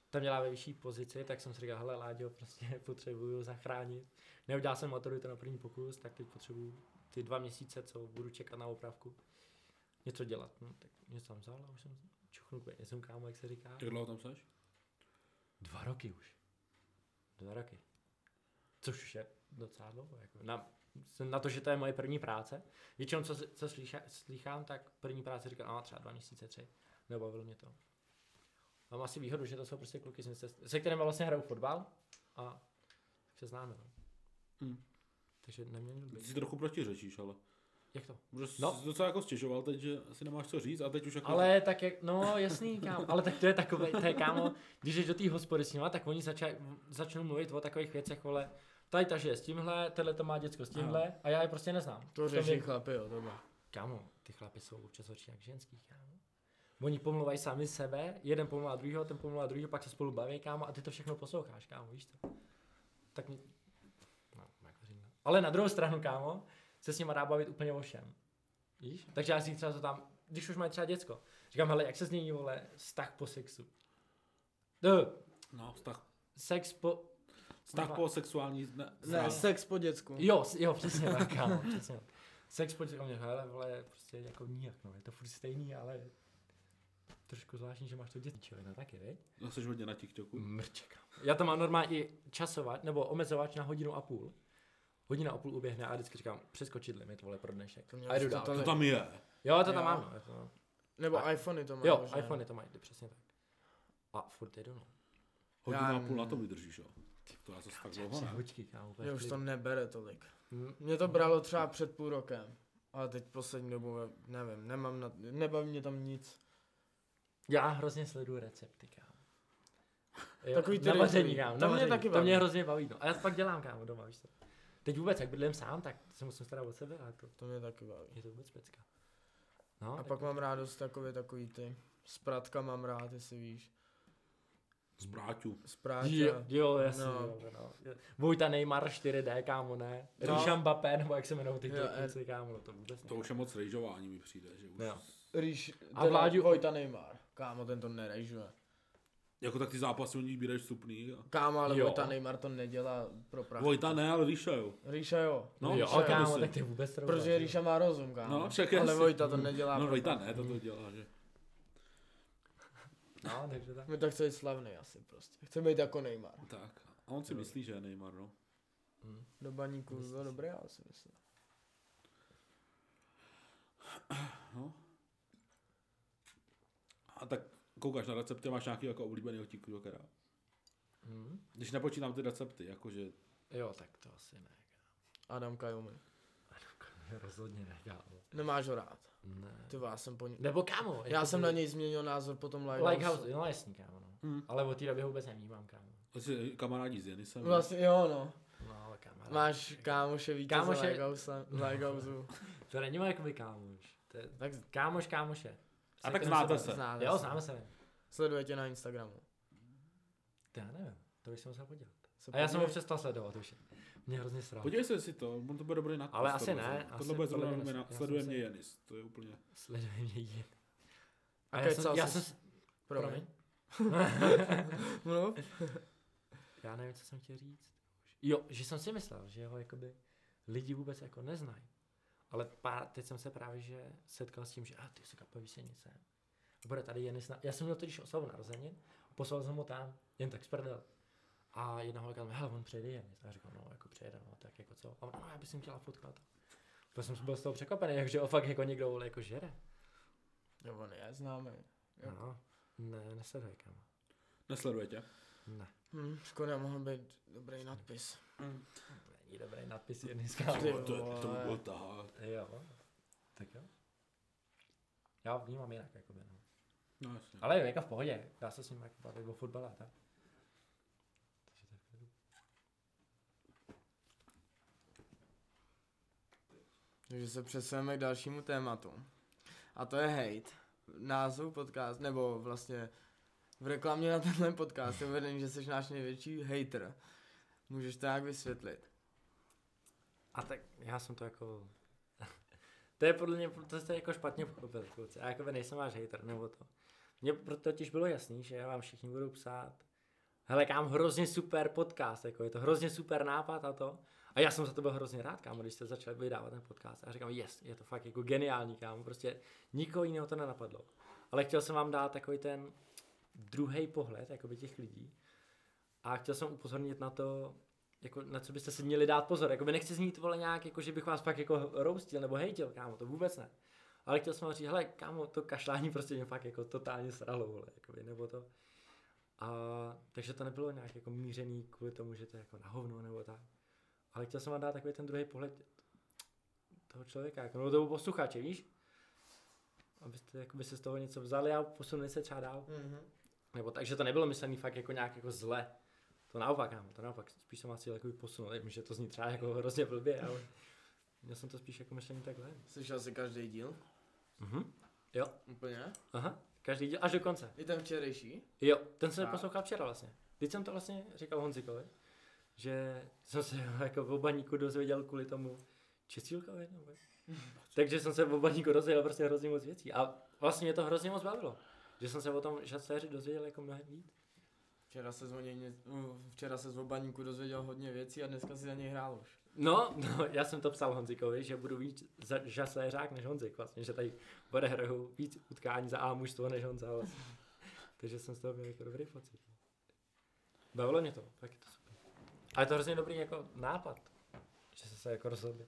S3: tam dělá ve vyšší pozici, tak jsem si říkal, hele Láďo, prostě *laughs* potřebuju zachránit. Neudělal jsem maturitu na první pokus, tak teď potřebuju ty dva měsíce, co budu čekat na opravku, něco dělat. No, tak něco tam vzal a už jsem čuchnul jsem kámo, jak se říká.
S2: Jak dlouho tam seš?
S3: Dva roky už. Dva roky. Což už je docela dlouho. Jako na, jsem na to, že to je moje první práce. Většinou, co, co slyša, slychám, tak první práce říkám, a třeba dva měsíce, tři. Nebavilo mě to. Mám asi výhodu, že to jsou prostě kluky, z města- se kterými vlastně hraju fotbal a tak se známe. No.
S2: Hmm.
S3: Takže neměl
S2: Ty
S3: být.
S2: si trochu protiřečíš, ale.
S3: Jak to?
S2: Protože
S3: No.
S2: no. jsi docela jako stěžoval teď, že si nemáš co říct a teď už jako...
S3: Ale tak jak, no jasný, kámo, ale tak to je takové, to je kámo, když jdeš do té hospody s nima, tak oni začaj, začnou mluvit o takových věcech, vole, tady ta žije s tímhle, tenhle to má děcko s tímhle a já je prostě neznám.
S1: To
S3: V tom
S1: řeší
S3: věku.
S1: chlapy, jo, tohle.
S3: Kámo, ty chlapy jsou občas horší jak ženský, kámo. Oni pomluvají sami sebe, jeden pomluvá druhého, ten pomluvá druhého, pak se spolu baví, kámo, a ty to všechno posloucháš, kámo, víš to. Tak mě... No, jako říkám. Ale na druhou stranu, kámo, se s nima dá bavit úplně o všem. Víš? Takže já si třeba to tam, když už mají třeba děcko, říkám, hele, jak se změní, vole, vztah po sexu. No,
S2: No, vztah,
S3: sex po...
S2: vztah
S3: Kurva.
S2: po sexuální zna,
S1: Ne,
S2: zrá-
S1: sex po dětsku.
S3: Jo, s- jo, přesně tak, kámo, přesně tak. Sex po dětském, hele, vole, prostě jako nijak, no, je to furt stejný, ale trošku zvláštní, že máš to děti, no taky, viď?
S2: no, jsi hodně na
S1: Mm.
S2: TikToku.
S3: Mrček. Já tam mám normálně i časovat, nebo omezovat na hodinu a půl. Hodina a půl uběhne a vždycky říkám, přeskočit limit, vole, pro dnešek.
S1: To měl
S3: A jdu
S1: jsi to
S3: dál.
S2: To
S1: tam- Ale-
S2: tam je.
S3: Jo, to tam
S1: Jo.
S3: mám. no, je to-
S1: Nebo
S3: A-
S1: iPhony to má.
S3: Jo, iPhony to mají, ty přesně tak. A furt jedu, no.
S2: Hodinu
S1: Já-
S2: a půl na to vydržíš, jo. To já zase tak dlouho
S3: Tři
S2: ne.
S3: hoďky, kámo, úplně
S1: Mě
S3: v
S1: už to
S3: klidu.
S1: nebere tolik.
S3: Hm,
S1: Mě to bralo třeba před půl rokem. Ale teď poslední dobu, nevím, nemám na, nebaví mě tam nic.
S3: Já hrozně sleduju recepty, kámo. Jo,
S1: Takový ty
S3: na
S1: rychlý.
S3: vaření, kámo, na
S1: To mě
S3: vaření.
S1: taky
S3: To mě
S1: baví.
S3: hrozně baví, no. A já to pak dělám, kámo, doma, víš co. Teď vůbec, jak bydlím sám, tak se musím starat o sebe a to,
S1: To mě taky baví.
S3: je to vůbec pecka. No,
S1: A
S3: tak-
S1: pak mám rádost takový takový ty. Spratka mám rád, jestli víš.
S2: Z bráťů.
S1: Sprátě.
S3: Jo, jo, jasně,
S1: No.
S3: no. jo, no. Vůjta Neymar 4D, kámo, ne?
S1: No.
S3: No. Ríša Mbappé, nebo jak se jmenou ty
S1: Jo,
S3: jo,
S1: eh.
S3: kluci, kámo, no to vůbec
S2: To už je moc rejžování mi přijde, že už.
S3: Jo.
S1: Rýš,
S3: A
S1: a vládí
S3: vládě-
S1: Hojta Neymar. Kámo, ten to nerejžuje.
S2: Jako tak ty zápasy u nich bírají vstupný. a-
S1: Kámo, ale
S3: Jo.
S1: Hojta Neymar to nedělá pro prachy.
S2: Vojta ne, ale Ríša jo.
S1: Rýša jo.
S2: No,
S3: no, jo,
S2: však
S3: kámo,
S2: myslím.
S3: tak ty vůbec to
S1: Protože
S3: neuděláš,
S1: Rýša má rozum, kámo.
S2: No, však
S1: ale
S2: jasně.
S1: Vojta to nedělá
S2: No
S1: pro
S2: Vojta
S1: prachy.
S2: ne, to to dělá, že.
S3: jo. No, takže tak.
S1: My tak chce být slavný asi prostě. Chce být jako Neymar.
S2: Tak. A on si myslí, že je Neymar, no.
S3: Mm.
S1: Do baníku to bylo dobré, já si myslím.
S2: no. A tak koukáš na recepty, máš nějaký jako oblíbený TikTokera.
S3: Hm?
S2: Když nepočítám ty recepty, jakože
S3: Jo, tak to asi ne.
S1: Adam Kajumi.
S3: kámo. Rozhodně ne, kámo.
S1: Nemáš ho rád.
S3: Ne.
S1: Ty vás jsem po ní...
S3: Nebo kámo.
S1: Já
S3: jako
S1: jsem
S3: ty-
S1: na něj změnil názor potom Lighthouse.
S3: Lighthouse, no jasný, kámo, no.
S2: Hm.
S3: Ale od té doby ho vůbec nevnímám, kámo.
S2: asi kamarádi s Janisem.
S1: Vlastně, jo no.
S3: No, ale kámo. ale-
S1: Máš kámoše vítěze
S3: Kámoše-
S1: kámoše... Lighthouse.
S3: To není jakoby kámoš. To je...
S1: tak
S3: *laughs* Kámoš, kámoše.
S2: A tak
S3: Se kterým
S2: znáte
S3: bavím.
S2: se.
S1: znáte
S3: Jo,
S1: se.
S3: známe se.
S1: Sleduje tě na Instagramu.
S3: To já nevím, to bych se musel podívat.
S1: Se
S3: A já jsem ho
S1: podívej.
S3: přestal sledovat už. Mě hrozně srál.
S2: Podívej se si to, on to bude dobrý nadpis.
S3: Ale asi
S2: tohle.
S3: ne, asi
S2: Tohle bude
S3: podle
S2: zrovna
S3: mě
S2: jména,
S3: ne. Já
S2: sleduje
S3: jsem
S2: mě
S3: si-
S2: Janis, to je úplně...
S3: Sleduje mě jen.
S1: A
S3: A, já
S1: kecal
S3: jsem, já
S1: jsi
S3: jsem,
S1: s-
S3: promiň. *laughs*
S1: Mluv.
S3: Já nevím, co jsem chtěl říct. Jo, že jsem si myslel, že ho jakoby lidi vůbec jako neznají. Ale pár, teď jsem se právě že setkal s tím, že a ty se kapaví se nic sem. A bude tady Janis na... Já jsem měl totiž oslavu narozenin, poslal jsem ho tam, jen tak sprdel. A jedna holka mi, hele, on přijede Janis. A já říkám, no, jako přijede, no, tak jako co. A on, no, já bych si chtěla fotkat. Protože jsem byl z toho překvapený, jakže o fakt jako někdo vole, jako žere.
S1: Jo, No, on je známý. Jo.
S3: No, ne, nesleduje kam.
S2: Nesleduje tě.
S3: Ne.
S1: Hm, škoda, mohl být dobrý nadpis.
S3: Mm. To Není dobrý nadpis jen dneska.
S1: Ty
S2: To, to, to by
S1: vole.
S2: byl tahák.
S3: Jo. Tak jo. Já ho vnímám jinak, jakoby, no.
S2: No jasně.
S3: Ale je jako v pohodě, dá se s ním jako bavit o fotbale a tak. Takže to je v klidu.
S1: Takže se přesuneme k dalšímu tématu. A to je hate. Názvu podcast, nebo vlastně v reklamě na tenhle podcast je uvedený, že jsi náš největší hater. Můžeš to jak vysvětlit?
S3: A tak já jsem to jako... *laughs* to je podle mě, to jste jako špatně pochopil, kluci. Já jako nejsem váš hater, nebo to. Mně pro- totiž bylo jasný, že já vám všichni budu psát. Hele, kam hrozně super podcast, jako je to hrozně super nápad a to. A já jsem za to byl hrozně rád, kámo, když jste začali vydávat ten podcast. A říkám, yes, je to fakt jako geniální, kámo, prostě nikoho jiného to nenapadlo. Ale chtěl jsem vám dát takový ten druhý pohled, jakoby těch lidí. A chtěl jsem upozornit na to, jako na co byste si měli dát pozor. Jakoby nechci znít vole nějak, jako že bych vás pak jako roustil nebo hejtil, kámo, to vůbec ne. Ale chtěl jsem vám říct, hele, kámo, to kašlání prostě mě fakt jako totálně sralo, vole, jakoby, nebo to. A, takže to nebylo nějak jako mířený kvůli tomu, že to je jako na hovno nebo tak. Ale chtěl jsem vám dát takový ten druhý pohled toho člověka, jako, nebo toho posluchače, víš? Abyste jakoby, se z toho něco vzali a posunuli se třeba dál.
S1: Mm-hmm.
S3: Nebo takže to nebylo myšlený fakt jako nějak jako zle. To naopak, kámo, to naopak. Spíš jsem vás chtěl jako posunul, Vím, že to zní třeba jako hrozně blbě, ale měl jsem to spíš jako myšlený takhle.
S1: Slyšel jsi každý díl?
S3: Mhm. Jo,
S1: Úplně?
S3: aha. Každý díl, až do konce.
S1: Je tam včerejší?
S3: Jo, ten jsem
S1: Tak.
S3: poslouchal včera vlastně. Teď jsem to vlastně říkal Honzikovi, že jsem se *laughs* jako o baníku dozvěděl kvůli tomu čistílkovi. Nebo... Takže jsem se o baníku dozvěděl prostě hrozně moc věcí. A vlastně mě to hrozně moc bavilo. Že jsem se o tom šacéři dozvěděl jako mnohem víc.
S1: Včera se, zvoně, včera se z obaníku dozvěděl hodně věcí a dneska si za něj hrál už.
S3: No, no, já jsem to psal Honzikovi, že budu víc za- žasléřák než Honzik vlastně, že tady odehraju víc utkání za A mužstvo než Honza
S2: *laughs*
S3: vlastně. Takže jsem z toho měl jako dobrý pocit. Bavilo mě to, tak je to super. Ale je to hrozně dobrý jako nápad, že se se jako rozhodli.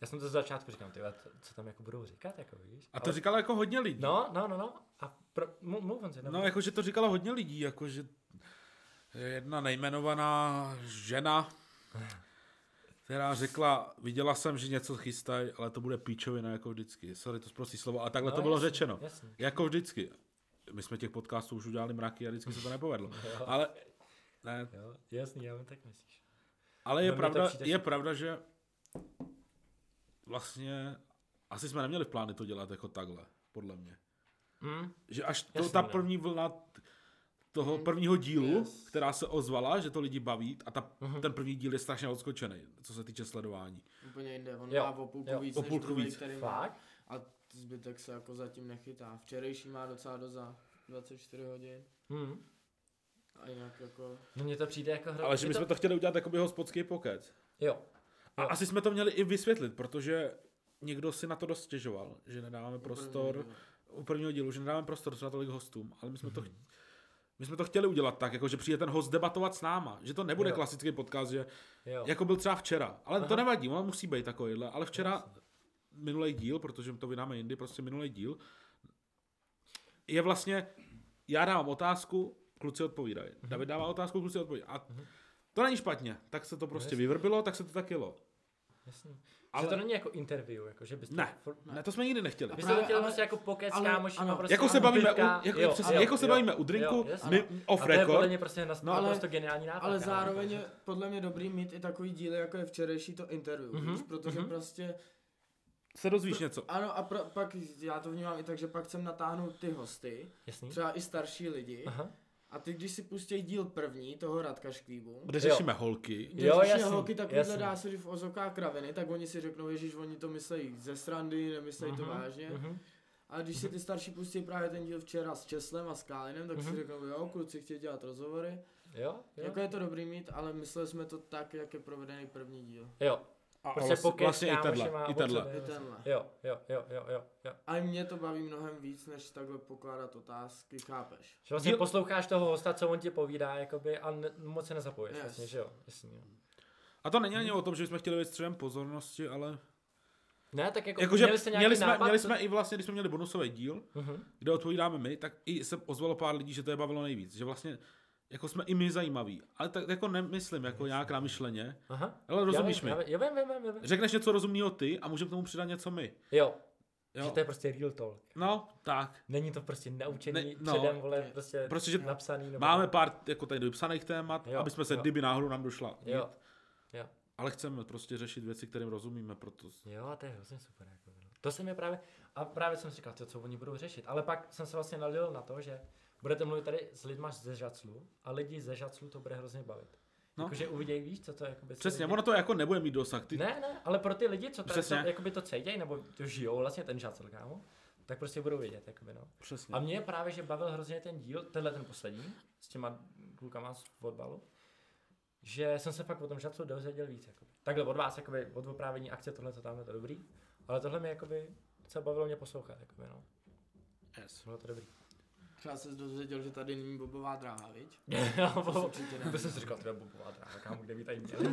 S3: Já jsem to z začátku říkal, ty vole, co- co tam jako budou říkat, jako víš.
S2: A to
S3: Ale-
S2: říkalo jako hodně lidí.
S3: No, no, no, no. A pro, mluv, mluv Honzi, nebo-
S2: No, jakože to říkalo hodně lidí, jakože jedna nejmenovaná žena, která řekla, viděla jsem, že něco chystají, ale to bude píčovina jako vždycky. Sorry, to zprostý slovo, a takhle
S3: No,
S2: to bylo
S3: jasně,
S2: řečeno.
S3: jasně.
S2: Jako vždycky. My jsme těch podcastů už udělali mraky a vždycky se to nepovedlo.
S3: No.
S2: ale, ne,
S3: Jo, jasný, já vím, tak myslíš.
S2: ale je,
S3: No, mně to
S2: pravda,
S3: přijde, že-
S2: je pravda, že vlastně asi jsme neměli v plány to dělat jako takhle, podle mě.
S3: Mm,
S2: Že až to,
S3: Jasný,
S2: ta
S3: no.
S2: první vlna t- toho prvního dílu,
S1: Yes.
S2: která se ozvala, že to lidi baví, a ta, ten první díl je strašně odskočený, co se týče sledování.
S1: Úplně jinde, on
S3: Jo,
S1: jo. má o půlku
S3: jo.
S1: víc
S2: O
S1: než
S2: půlku
S1: druhý,
S2: víc.
S1: který má.
S3: fakt?
S1: A zbytek se jako zatím nechytá. Včerejší má docela doza 24 hodin.
S3: Mm.
S1: A jinak jako...
S3: No mně to přijde jako hrozně.
S2: Ale že my jsme to chtěli udělat jako by hospodský pokec.
S3: Jo,
S2: A
S3: Jo.
S2: asi jsme to měli i vysvětlit, protože někdo si na to dost stěžoval, že nedáváme
S1: Mhm.
S2: prostor u prvního dílu, že nedáváme prostor na tolik hostům, ale my jsme
S3: Mhm.
S2: to ch- my jsme to chtěli udělat tak, jako že přijde ten host debatovat s náma, že to nebude
S3: Jo.
S2: klasický podcast, že
S3: jo.
S2: Jako byl třeba včera, ale Aha. to
S3: Aha.
S2: nevadí, on musí být takovýhle, ale včera minulý díl, protože to vydáme jindy, prostě minulý díl, je vlastně, já dávám otázku, kluci odpovídají.
S3: Mhm.
S2: David dává otázku, kluci odpovídají. A to není špatně, tak se to prostě
S3: No, jasně.
S2: vyvrbilo, tak se to tak jelo.
S3: Jasný. Ale...
S2: Ale-
S3: Že to není jako interview, jako že byste...
S2: Ne, ne, to jsme nikdy nechtěli.
S3: Vy jste to
S1: No Právě,
S3: chtěli
S1: ale-
S3: prostě jako pokec s
S1: ale-
S3: kámošima,
S1: ano.
S3: prostě
S2: Jako se
S3: ano,
S2: bavíme u,
S3: pivka,
S2: jako,
S3: jo,
S2: přesně,
S3: jo,
S2: jako se
S3: jo,
S2: bavíme u drinku,
S3: jasně.
S2: my,
S3: A
S2: off
S3: to je podle
S2: record,
S3: mě prostě nas-
S1: No, ale-
S3: naprosto geniální nápad.
S1: Ale
S3: kámo.
S1: zároveň je podle mě dobrý mít i takový díly, jako je včerejší to interview,
S3: Mhm,
S1: mm-hmm. víš, protože
S3: mhm.
S1: mm-hmm. prostě,
S2: se dozvíš něco.
S1: ano a pro, pak já to vnímám i tak, že pak chcem natáhnout ty hosty,
S3: Jasný.
S1: třeba i starší lidi
S3: Mhm. Aha.
S1: a ty když si pustí díl první, toho Radka Šklíbu,
S2: Kde řešíme holky,
S1: když
S3: Jo,
S1: jo,
S3: jasný,
S1: jasný, holky
S3: jasný.
S1: takovýhle dá se říct v ozoká kraviny, tak oni si řeknou, ježiš, oni to myslejí ze srandy, nemyslejí mm-hmm. to
S3: Mhm,
S1: vážně. Mm-hmm.
S3: mhm.
S1: A když si ty starší pustí právě ten díl včera s Česlem a s Kálinem, tak mm-hmm.
S3: Mhm.
S1: si řeknou, jo, kluci chtějí dělat rozhovory.
S3: Jo, jo.
S1: Jako je to dobrý mít, ale mysleli jsme to tak, jak je provedený první díl.
S3: Jo,
S2: a
S3: prostě
S2: vlastně,
S3: pokec
S2: vlastně i
S3: s
S2: tenhle,
S3: kámošima,
S2: i tenhle.
S3: potřebujeme-
S1: I tenhle.
S3: Jo, jo, jo, jo, jo, jo.
S1: A mě to baví mnohem víc, než takhle pokládat otázky, chápeš?
S3: Že vlastně
S2: Díl-
S3: posloucháš toho hosta, co on ti povídá, jakoby, a ne, moc se nezapoješ,
S1: Yes.
S3: vlastně, že jo, jasný, jo.
S2: A to není ani o tom, že bychom chtěli být středem pozornosti, ale
S3: Ne, tak jako,
S2: Jakože
S3: měli jste nějaký
S2: měli jsme,
S3: nápad?
S2: měli jsme i vlastně, když jsme měli bonusový díl,
S3: Mhm.
S2: kde odpovídáme my, tak i se ozvalo pár lidí, že to je bavilo nejvíc, že vlastně jako jsme i my zajímaví, ale tak jako nemyslím jako nějak namyšleně,
S3: Aha.
S2: ale
S3: Já
S2: rozumíš
S3: vím,
S2: mi.
S3: já vím, Jo, vím, vím, vím, vím.
S2: Řekneš něco rozumného ty a můžeme k tomu přidat něco my.
S3: Jo, že
S2: Jo.
S3: to je prostě real talk.
S2: No, tak.
S3: Není to prostě naučený,
S2: Ne- no.
S3: předem, vole, prostě,
S2: Prostě, že
S3: napsaný. Nebo
S2: Máme pár jako tady vypsaných témat,
S3: Jo,
S2: aby jsme se,
S3: jo.
S2: kdyby náhodou nám došla.
S3: Jo,
S2: Ale chceme prostě řešit věci, kterým rozumíme, proto...
S3: jo, to je hrozně super. Jako, no. to jsem je právě, a právě jsem si říkal, co, co oni budou řešit. Ale pak jsem se vlastně nalil na to, že budete mluvit tady s lidma ze Žaclu a lidi ze Žaclu to bude hrozně bavit.
S2: No.
S3: No. Jakože uvidějí, víš, co to je. Jakoby, si
S2: Přesně,
S3: lidi...
S2: ono to jako nebude mít dosah. Ty,
S3: Ne, ne, ale pro ty lidi, co tady to,
S2: Přesně.
S3: jakoby to cítějí, nebo to žijou vlastně ten Žacl, kámo, tak prostě budou vědět, jakoby, no.
S2: Přesně.
S3: A mě právě, že bavil hrozně ten díl, tenhle ten poslední, s těma klukama z fotbalu, že jsem se fakt o tom žadcu dozvěděl víc. Jakoby. Takhle od vás, jakoby, od oprávení akce, tohle to tam je to dobrý, ale tohle mě jakoby, co bavilo mě poslouchat, jakoby, no.
S2: Yes.
S3: Bylo to dobrý.
S1: Třeba se dozvěděl, že tady není bobová dráha, viď? určitě ne.
S3: to jsem si říkal, to je bobová dráha, kámo, kde by tady měli.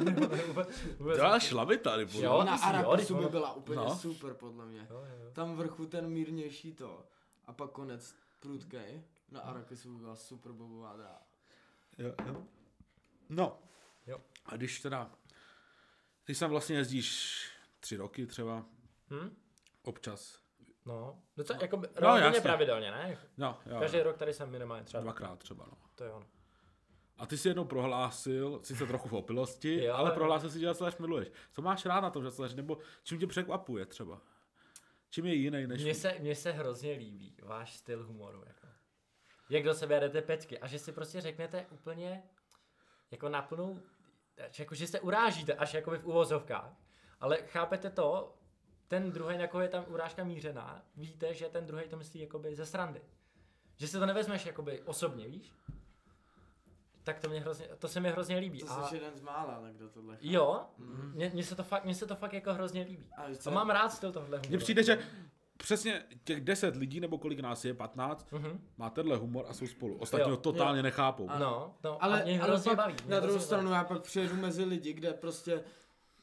S3: Vůbec- vůbec-
S2: Dělá šlavy tady, vole.
S3: Jo,
S1: Na
S3: ty jsi, jo, když
S1: Arakusu by
S3: ono-
S1: byla úplně
S2: No.
S1: no. super, podle mě.
S3: Jo, jo, jo.
S1: Tam vrchu ten mírnější to. A pak konec prudkej. Na Arakusu by byla super bobová dráha.
S2: Jo, jo. No.
S3: Jo.
S2: A když teda, když tam vlastně jezdíš tři roky třeba,
S3: Hm?
S2: občas.
S3: No, no to jako relativně
S2: jasně.
S3: pravidelně, ne?
S2: No, jo,
S3: Každý
S2: jo.
S3: rok tady jsem minimálně třeba,
S2: dvakrát třeba, no.
S3: to je ono.
S2: A ty si jednou prohlásil, sice trochu v opilosti,
S3: Jo,
S2: ale
S3: jo.
S2: prohlásil si, že Jacelař miluješ. Co máš rád na tom Jacelař, nebo čím tě překvapuje třeba? Čím je jiný než...
S3: Mně se, mně se hrozně líbí váš styl humoru. Jako. Jak do sebe jdete pecky a že si prostě řeknete úplně jako naplnou, jako že se urážíte až jakoby v uvozovkách, ale chápete to, ten druhý, na koho je tam urážka mířená, víte, že ten druhý to myslí jakoby ze srandy. Že si to nevezmeš jakoby osobně, víš? Tak to mě hrozně, to se mi hrozně líbí.
S1: To
S3: a,
S1: jsi jeden z mála, ale kdo tohle chápe.
S3: jo, mně mně se, to fakt- mně se to fakt jako hrozně líbí.
S1: A víš
S3: A
S1: co?
S3: mám rád styl tohle humoru.
S2: Mně přijde, že přesně těch 10 lidí, nebo kolik nás je, 15,
S3: Mhm.
S2: má tenhle humor a jsou spolu. Ostatní ho
S3: Jo.
S2: totálně
S1: Jo.
S2: nechápou.
S3: No, no, ale,
S1: Ale,
S3: a mě
S1: ale
S3: hrozně
S1: pak,
S3: baví. mě
S1: na
S3: hrozně
S1: druhou
S3: baví.
S1: stranu já pak přijedu mezi lidi, kde prostě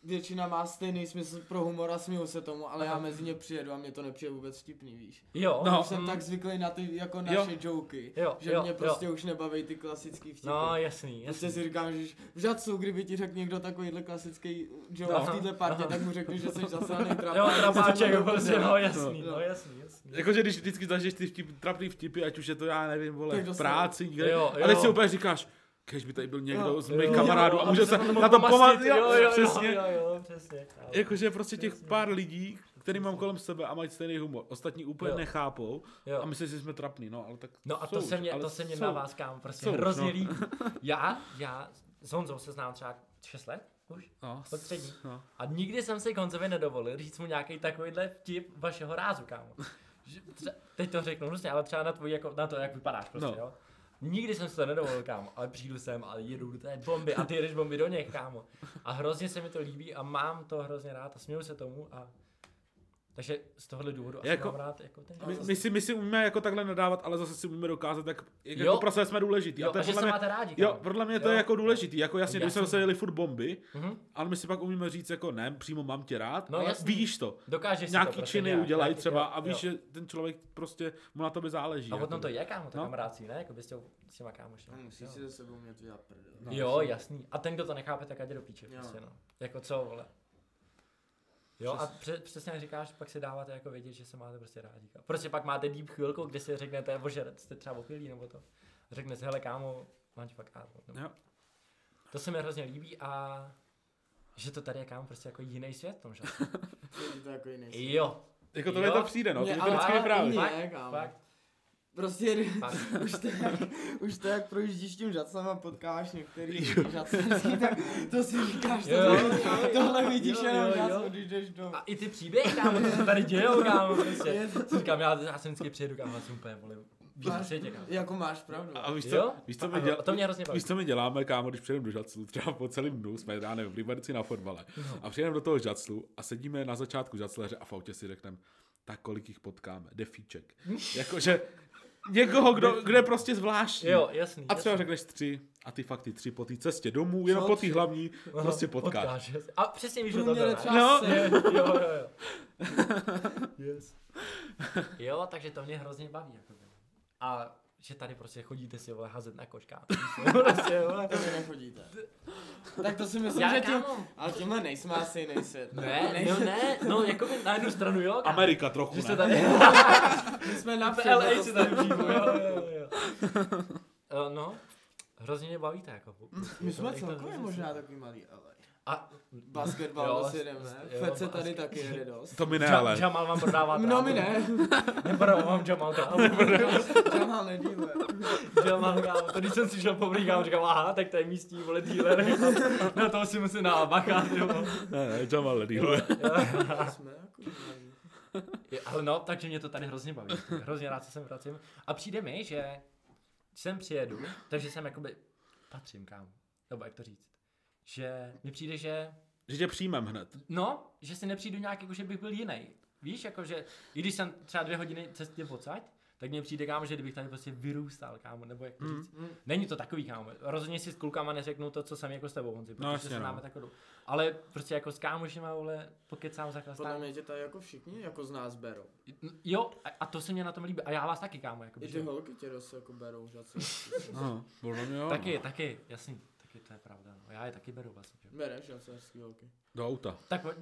S1: většina má stejný smysl pro humor a směju se tomu, ale já mezi ně přijedu a mě to nepřijde vůbec vtipný, víš.
S3: Jo,
S2: No.
S1: No, jsem
S3: mm,
S1: tak zvyklý na ty jako naše joky,
S3: Jo,
S1: že
S3: jo,
S1: mě
S3: jo.
S1: prostě už nebaví ty klasický vtipy.
S3: No, jasný,
S1: Prostě
S3: jasný.
S1: si říkám, že v žadcu, kdyby ti řekl někdo takovýhle klasický joke
S3: No.
S1: v této partě,
S3: Aha.
S1: tak mu řekneš, že jsi zasraný
S3: Jo,
S1: trapák.
S3: trapáček,
S1: *laughs*
S3: prostě, no, jasný,
S1: No.
S3: no, jasný, jasný.
S2: Jakože když vždycky zažiješ ty vtip, trapný vtipy, ať už je to já nevím, vole,
S1: Tak
S2: v
S1: dostanou.
S2: práci, kde,
S3: Jo,
S2: ale
S3: jo.
S2: si úplně říkáš, kež by tady byl někdo
S1: Jo,
S2: z mých
S3: Jo,
S2: kamarádů
S3: jo,
S2: a může se
S3: aby
S2: na
S3: mohl
S2: to
S3: pomastit,
S2: pamatovat,
S3: jo, jo,
S2: přesně.
S3: Jo, jo, jo, no, přesně. ale-
S2: Jakože prostě těch
S3: Přesně.
S2: pár lidí, který mám kolem sebe a mají stejný humor, ostatní úplně
S3: Jo.
S2: nechápou
S3: Jo.
S2: a myslí, že jsme trapný, no ale tak
S3: No a
S2: jsou
S3: to se
S2: už,
S3: mě,
S2: ale
S3: to se mě
S2: jsou.
S3: na vás, kámo, prostě
S2: Jsou už,
S3: hrozně
S2: no. *laughs*
S3: líbí. Já, já s Honzou se znám třeba 6 let už.
S2: No,
S3: Od střední.
S2: no.
S3: A nikdy jsem si Honzovi nedovolil říct mu nějaký takovýhle vtip vašeho rázu,
S2: *laughs*
S3: kámo. Že tře- Teď to řeknu hnusně, ale třeba na, tvůj, jako, na to, jak vypadáš prostě,
S2: No.
S3: no. jo. Nikdy jsem si to nedovolil, kámo, ale přijdu sem a jedu do té bomby a ty jedeš bomby do něch, kámo. A hrozně se mi to líbí a mám to hrozně rád a směju se tomu a... Takže z tohohle důvodu asi
S2: Jako-
S3: jako, mám rád jako ten
S2: My,
S3: ráz.
S2: my, si, my si umíme jako takhle nadávat, ale zase si umíme dokázat, jak, jak
S3: Jo.
S2: jako pro sebe jsme důležitý.
S3: Jo,
S2: to
S3: a
S2: je
S3: že
S2: podle
S3: se
S2: mě-
S3: máte rádi, kámo.
S2: Jo, podle mě to
S3: Jo.
S2: je jako důležitý, jako jasně, když
S3: Jasný.
S2: jsme se jeli furt bomby,
S3: Mhm.
S2: ale my si pak umíme říct jako ne, přímo mám tě rád,
S3: No,
S2: ale
S3: jasný.
S2: vidíš to.
S3: Dokážeš si to
S2: Nějaký
S3: prostě
S2: činy
S3: nějak,
S2: udělají
S3: nějaký-
S2: třeba
S3: jo,
S2: a víš,
S3: jo.
S2: že ten člověk prostě mu na tobě záleží.
S3: A
S2: jako.
S3: potom to je, kámo, to
S2: No.
S3: no. kamarádství, ne? Jakoby s, těm, s těma kámošema.
S1: No, Musíš
S3: Jo.
S1: si ze sebou mě to dělat prdel.
S2: No,
S3: jo, jasný. A ten, kdo to nechápe, tak ať jde do píče,
S1: Jo.
S3: prostě no. Jako co, vole. Jo, a pře- přesně jak říkáš, pak si dáváte jako vědět, že se máte prostě rádi. kámo. Prostě pak máte deep chvilku, kde si řeknete, bože, jste třeba opilí nebo to. A řekne si, hele kámo, mám tě fakt rád. Nebo...
S2: Jo.
S3: To se mi hrozně líbí a že to tady je kámo prostě jako jiný svět v
S2: *laughs*
S3: tom žádném.
S1: Je to jako jiný svět.
S3: jo,
S2: Jako tohle
S3: Jo.
S2: to přijde, no, to
S1: Mě-
S2: mi to
S1: ale-
S2: vždycky
S1: ale
S2: vypráví.
S1: jiný,
S3: Fakt,
S1: ne, kámo.
S3: fakt.
S1: Prostě *laughs*
S3: Fakt.
S1: už to jak, už to jak projíždíš tím žacem a potkáváš některý žacenský, tak to si říkáš, to,
S3: Jo,
S1: tohle,
S3: jo,
S1: tohle
S3: jo,
S1: vidíš
S3: jo,
S1: jenom
S3: jo,
S1: žac,
S3: jo.
S1: když jdeš do...
S3: A i ty příběhy, kámo, co se tady dějou,
S2: *laughs*
S3: kámo, prostě. Si říkám, já, já jsem vždycky přijedu, kámo, já jsem úplně, vole, v jiném světě, kámo.
S1: Jako máš pravdu.
S2: A víš co,
S3: Jo?
S2: víš, co
S3: A-
S2: my
S3: a-
S2: děla...
S3: a to mě hrozně baví.
S2: víš, co my děláme, kámo, když přijdeme do žaclu, třeba po celém dnu, jsme já nevím, v Liberci na fotbale,
S3: No.
S2: a přijedeme do toho žaclu a sedíme na začátku žacleře a v autě si řekneme, tak kolik jich potkáme,
S3: *laughs*
S2: defíček. Jakože někoho, kdo, kdo je prostě zvláštní.
S3: Jo, jasný.
S2: A třeba
S3: jasný.
S2: řekneš tři, a ty fakt ty tři po té cestě domů, jenom po té
S1: tři?
S2: hlavní, prostě potkáš.
S3: potkáš. jasně. A přesně víš, že to
S1: Průměrně
S3: bylo.
S1: třeba
S3: ne?
S2: No.
S1: se-
S3: Jo, jo, jo. *laughs* Yes. Jo, takže to mě hrozně baví. Jakoby. A že tady prostě chodíte si vole házet na koška. prostě, vole.
S1: To vy nechodíte. Tak to si myslím,
S3: Já,
S1: že tím...
S3: kámo.
S1: Ale tímhle nejsme asi jiný svět.
S3: Ne, no ne, no jakoby na jednu stranu jo. kámo.
S2: Amerika trochu,
S3: Že
S2: ne?
S3: jste *laughs* tady,
S1: My jsme
S3: na
S1: napřed.
S3: LA
S1: to
S3: si
S1: jsme-
S3: tady přímo, jo, jo, jo. *laughs* Eh, No, hrozně mě bavíte jako.
S1: My jsme
S3: Jak to-
S1: celkově možná takový malý LA.
S3: A
S1: Basketbal
S3: Jo, vlastně,
S1: asi jdeme.
S3: jo,
S1: Fece tady
S3: basket.
S1: taky jede dost.
S2: To mi ne,
S3: Jam-
S2: ale.
S3: Jamal vám prodává
S1: No my ne, *laughs*
S3: Neprodávám vám Jamal trávu. *laughs*
S1: Jamal nedíle.
S3: Jamal, kámo, to když jsem si šel poprvé, kámo, říkám, aha, tak to je místní, vole, dealer. *laughs* Na toho si musím na bacha, jo.
S2: Ne, ne, Jamal Ledýho.
S1: Jsme jako malí.
S3: Je- Ale no, takže mě to tady hrozně baví. Hrozně rád se sem vracím. A přijde mi, že sem přijedu, takže jsem jakoby patřím, kámo. Nebo jak to říct. Že mi přijde, že
S2: Že tě přijmem hned.
S3: No, že si nepřijdu nějak, jako že bych byl jiný. Víš, jako že, i když jsem třeba dvě hodiny cestě odsaď, tak mně přijde kámo, že kdybych tady prostě vyrůstal, kámo, nebo jak to říct.
S1: Mm.
S3: Není to takový, kámo. Rozhodně si s klukama neřeknu to, co jsem jako s tebou, Honzi, protože
S2: jasně,
S3: se
S2: no.
S3: známe takovou. Ale prostě jako s kámošima, vole, pokecám,
S1: Podle
S3: zachlastám.
S1: mě tě tady jako všichni jako z nás berou.
S3: Jo, a, a, to se mě na tom líbí. A já vás taky, kámo, jako
S1: I ty holky tě dost jako berou, že co?
S2: Aha, podle mě No, jo.
S3: Taky, taky, jasný. Taky to je pravda, no. Já je taky beru vlastně, že? jo.
S1: Bereš žacerský holky.
S2: Do auta.
S3: Tak pojď.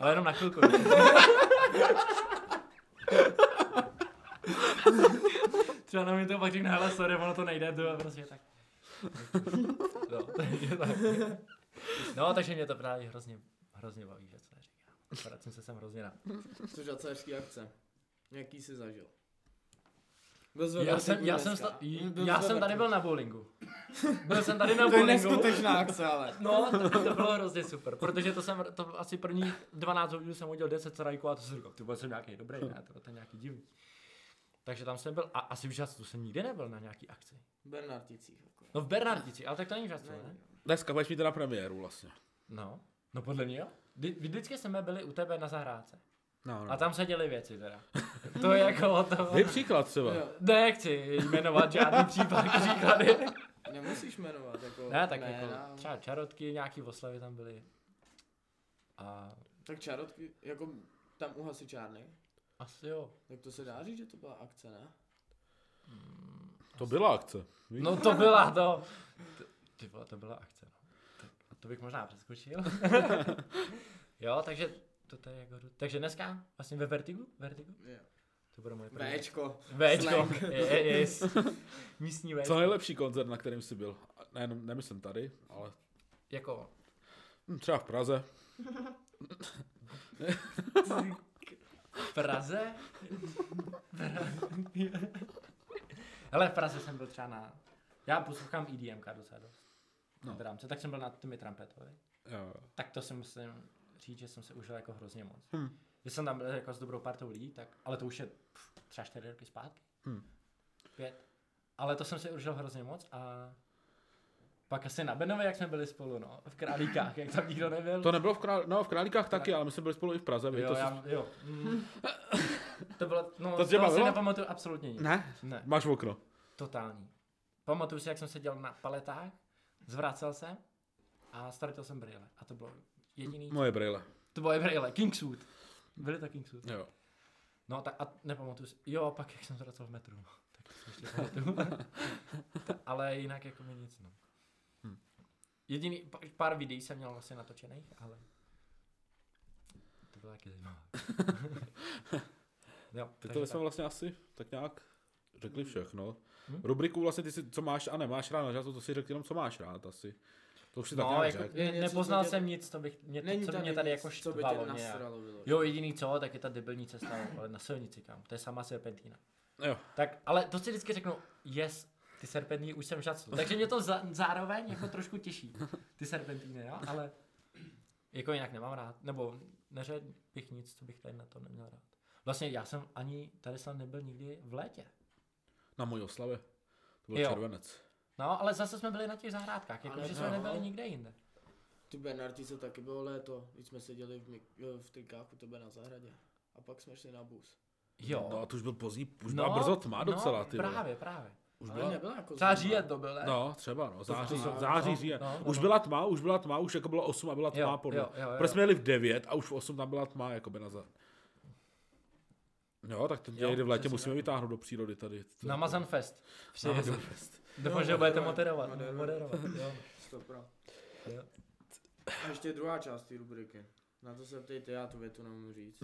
S3: Ale jenom na chvilku. Třeba na mě to pak řekne, hele, sorry, ono to nejde, jdu a prostě tak. No, takže tak. No, takže mě to právě hrozně, hrozně baví, že co říkám. Vracím se sem hrozně rád.
S1: Což acařský akce. Jaký jsi zažil? Byl z
S3: Já jsem,
S1: Liberty
S3: já, jsem,
S1: dneska.
S3: sta-
S1: Byl
S3: já
S1: z
S3: jsem tady
S1: Liberty.
S3: byl na bowlingu. Byl jsem tady na
S1: To je
S3: bowlingu.
S1: neskutečná akce, ale.
S3: No, to, to bylo hrozně super, protože to jsem, to asi první 12 hodin jsem hodil 10 strajků a to jsem říkal, ty vole, jsem nějaký dobrý, ne, to je nějaký divný. Takže tam jsem byl a asi v Žastu jsem nikdy nebyl na nějaký akci.
S1: Bernardicích. Jako.
S3: No v Bernardici, ale tak to není v Žastu,
S1: Ne,
S3: ne?
S2: Dneska budeš mít teda premiéru vlastně.
S3: No, no podle mě jo. Vy- Vždycky jsme byli u tebe na zahrádce.
S2: No, no.
S3: A tam se děly
S1: *laughs*
S3: věci teda. To je jako to...
S2: Dej příklad třeba.
S1: Jo,
S3: Nechci jmenovat žádný případ, příklady.
S1: nemusíš jmenovat. Jako,
S3: Ne, tak
S1: ne,
S3: jako
S1: no.
S3: třeba čarotky, nějaký oslavy tam byly. A
S1: Tak čárotky, jako tam u hasičárny.
S3: asi jo.
S1: Tak to se dá říct, že to byla akce, ne?
S3: Hmm.
S2: To byla akce. Víš?
S3: No to byla to. T- Ty vole, to byla akce. No. Tak, a to bych možná *laughs* přeskočil. jo, takže to tady jako... Takže dneska vlastně ve Vertigu? Vertigu?
S1: Jo.
S3: To bude moje první.
S1: Béčko.
S3: Véčko.
S1: Slang.
S3: Je- je- Yes. Místní Véčko.
S2: Co nejlepší koncert, na kterém jsi byl? A Ne, nemyslím tady, ale
S3: Jako...
S2: hm, třeba v Praze.
S3: V Praze? Ale v Praze jsem byl třeba na... Já poslouchám E EDMka docela dost.
S2: No.
S3: No. Rámce, tak jsem byl na Timmy Trumpetovi.
S2: Jo.
S3: Tak to si musím říct, že jsem se užil jako hrozně moc.
S2: Hm.
S3: Hmm. Že jsem tam byl jako s dobrou partou lidí, tak, ale to už je pff, třeba čtyři roky zpátky.
S2: Hm.
S3: Pět. Ale to jsem si užil hrozně moc a pak asi na Benově, jak jsme byli spolu, no, v Králíkách, jak tam nikdo nebyl.
S2: To nebylo v, král... no, v Králíkách taky, ale my jsme byli spolu i v Praze. víš,
S3: jo,
S2: to
S3: to,
S2: jsi-
S3: já, jo. Mm. to bylo, no,
S2: To
S3: to,
S2: tě
S3: to asi
S2: bavilo?
S3: nepamatuju absolutně nic.
S2: Ne,
S3: ne.
S2: máš v okno.
S3: Totální. Pamatuju si, jak jsem seděl na paletách, zvracel jsem a ztratil jsem brýle. A to bylo jediný.
S2: Moje brýle.
S3: To bylo brýle, Kingsuit. Byly to Kingsuit.
S2: Jo.
S3: No tak a nepamatuju si. Jo, pak jak jsem zvracel v metru. *laughs* Tak to si
S1: *laughs*
S3: ještě pamatuju. Ta- Ale jinak jako mi nic, no.
S2: Hm.
S3: Jediný, pa- pár videí jsem měl vlastně natočených, ale to bylo
S1: *laughs*
S3: taky zajímavé. jo,
S2: Teď
S3: takže
S2: to
S3: tak.
S2: jsme vlastně asi tak nějak řekli všechno.
S3: Hm?
S2: Rubriku vlastně ty si, co máš a nemáš rád, že to, to si řekl jenom, co máš rád asi. To už si tak
S3: No,
S2: nějak
S3: jako,
S2: řekl.
S1: Je něco,
S3: nepoznal
S1: co tě-
S3: jsem nic, to bych, mě,
S1: Není
S3: co
S1: tam
S3: mě tady
S1: nic,
S3: jako
S1: co by tě
S3: štvalo nějak.
S1: nasralo bylo.
S3: Jo, jediný co, tak je ta debilní cesta ale na silnici, kam. To je sama serpentína.
S2: Jo.
S3: Tak, ale to si vždycky řeknu, yes, ty serpentíny už jsem žacl. Takže mě to za, zároveň jako trošku těší, ty serpentíny, jo, ale jako jinak nemám rád, nebo neřekl bych nic, co bych tady na to neměl rád. Vlastně já jsem ani tady jsem nebyl nikdy v létě.
S2: Na mojí oslavě. To byl
S3: Jo.
S2: červenec.
S3: No, ale zase jsme byli na těch zahrádkách, jako,
S1: Ale
S3: že jsme
S1: no.
S3: nebyli nikde jinde.
S1: Tu Bernardice taky bylo léto, když jsme seděli v, mik- v trikách u tebe na zahradě. A pak jsme šli na bus.
S3: Jo. no,
S2: No a to už byl pozdní, už byla brzo tma docela. Ty vole.
S3: Právě, právě.
S2: Už
S1: Ale
S2: byla,
S1: nebyla jako
S3: Třeba
S1: zima.
S3: říjen to byl, ne?
S2: No, třeba no, září,
S1: jsou-
S2: září,
S3: no,
S2: říjen.
S3: no,
S2: Už
S3: no.
S2: byla tma, už byla tma, už jako bylo 8 a byla tma
S3: Jo,
S2: podle.
S3: jo, jo, jo.
S2: Protože jsme jeli v 9 a už v 8 tam byla tma, jako by na za... Jo, tak to
S3: Jo,
S2: někdy v létě
S3: přesně
S2: musíme
S3: tak.
S2: vytáhnout do přírody tady. To-
S3: Namazan Fest. Přijedu.
S2: Namazan fest.
S3: Doufám,
S1: Jo,
S3: že ho budete
S1: moderovat,
S3: moderovat.
S1: moderovat.
S3: Moderovat, jo.
S1: To pro.
S3: Jo.
S1: A ještě druhá část té rubriky. Na to se ptejte, já tu větu nemůžu
S3: *laughs*
S1: říct.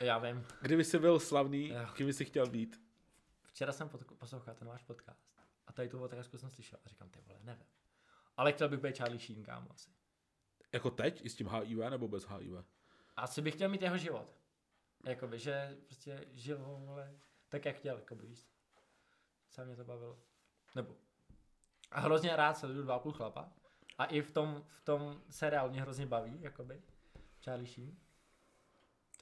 S3: Já vím.
S2: Kdyby jsi byl slavný,
S3: Jo.
S2: kým by si chtěl být?
S3: Včera jsem pod- poslouchal ten váš podcast. A tady tu otázku jsem slyšel. A říkám, ty vole, nevím. Ale chtěl bych být Charlie Sheen, kámo, asi.
S2: Jako teď? I s tím HIV nebo bez HIV?
S3: Asi bych chtěl mít jeho život. Jakoby, že prostě žil ho, vole, tak jak chtěl, jakoby, víš. Co mě to bavilo. Nebo. A hrozně rád sleduju dva a půl chlapa. A i v tom, v tom seriálu mě hrozně baví, jakoby. Charlie Sheen.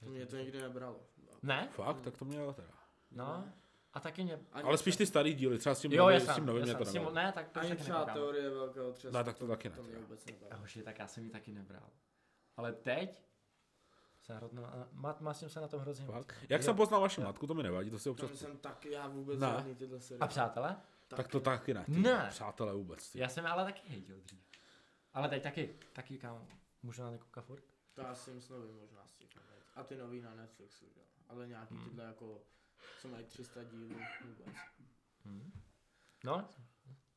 S1: To mě to nikdy nebralo.
S3: Ne?
S2: Fakt? Tak to mě jo teda.
S3: No. A taky mě...
S1: Ani
S2: Ale spíš ty starý díly, třeba s tím
S3: Jo,
S2: novým-
S3: já
S2: s tím
S3: jsem,
S2: novým mě
S3: já
S2: to
S3: jsem, s tím,
S2: nebaví.
S3: ne, tak to
S1: Ani
S3: taky
S1: třeba
S3: nekoukám.
S1: teorie velkého třesu.
S2: Ne, tak to taky ne.
S1: To mě
S2: teda.
S1: vůbec nebavilo.
S3: Hoši, tak já jsem ji taky nebral. Ale teď se hrozně, mat, masím se na tom hrozně moc.
S2: Fakt? Jak
S3: Jo.
S2: jsem poznal vaši matku, to mi nevadí, to si
S1: Tam
S2: občas...
S1: jsem taky, já vůbec
S2: Ne.
S1: žádný tyhle seriály.
S3: A přátelé?
S2: Tak to taky ne. ty
S3: Ne.
S2: Přátelé vůbec. ty.
S3: Já jsem ale taky hejtil dřív. Ale teď taky, taky kam, můžu na někoho furt?
S1: To já si s nový možná si A ty nový na Netflixu, jo. Ale nějaký
S3: Hmm.
S1: tyhle jako, co mají 300 dílů vůbec.
S3: Hmm. No,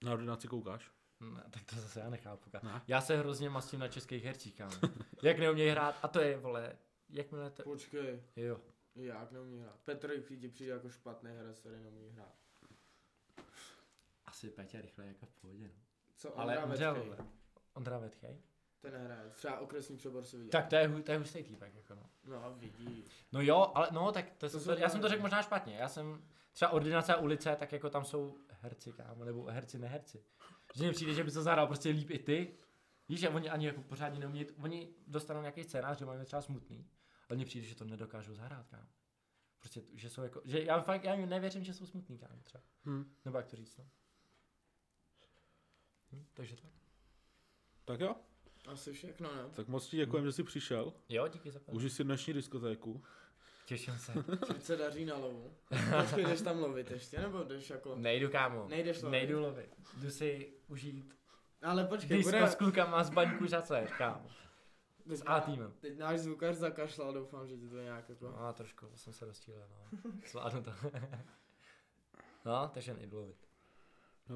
S2: Na ordinaci koukáš?
S3: ne, tak to zase já nechápu. kámo.
S2: Ne.
S3: Já se hrozně masím na českých hercích, kámo. Jak neumějí hrát, a to je, vole, jakmile to...
S1: Počkej,
S3: Jo.
S1: jak neumí hrát. Petr ti přijde jako špatný herec, který neumí hrát.
S3: Asi Petě rychle jako v pohodě, no.
S1: Co
S3: Ale
S1: Ondra
S3: umřel,
S1: Vetchej?
S3: vole. Ondra Vetchej?
S1: Ten hraje, třeba okresní přebor si viděl.
S3: Tak to je, hu- to je hustý týpek, jako no.
S1: No vidíš.
S3: No jo, ale no, tak to, jsem
S1: jsou
S3: to já jsem to
S1: dobré.
S3: řekl možná špatně. Já jsem třeba ordinace a ulice, tak jako tam jsou herci, kámo, nebo herci, neherci. Že mi přijde, že by to zahrál prostě líp i ty. Víš, že oni ani jako pořádně neumějí, oni dostanou nějaký scénář, že mají třeba smutný, ale mně přijde, že to nedokážou zahrát, kámo. Prostě, že jsou jako, že já fakt, já jim nevěřím, že jsou smutný, kámo, třeba.
S1: Hm.
S3: Nebo jak to říct, no. Hm, takže tak.
S2: Tak jo,
S1: Asi všechno, ne?
S2: tak moc ti děkujem, že jsi přišel.
S3: Jo, díky za to.
S2: Užij si dnešní diskotéku.
S3: Těším se.
S1: Teď se daří na lovu. Počkej, jdeš tam lovit ještě, nebo jdeš jako...
S3: Nejdu, kámo.
S1: Nejdeš lovit.
S3: Nejdu lovit. Jdu si užít
S1: Ale počkej,
S3: Disko
S1: bude...
S3: s klukama z baňku žace, kámo. S A týmem.
S1: Teď náš zvukař zakašlal, doufám, že ti to nějak jako...
S3: No, trošku, to jsem se rozčílil, *laughs* no. Zvládnu to. no, takže nejdu lovit.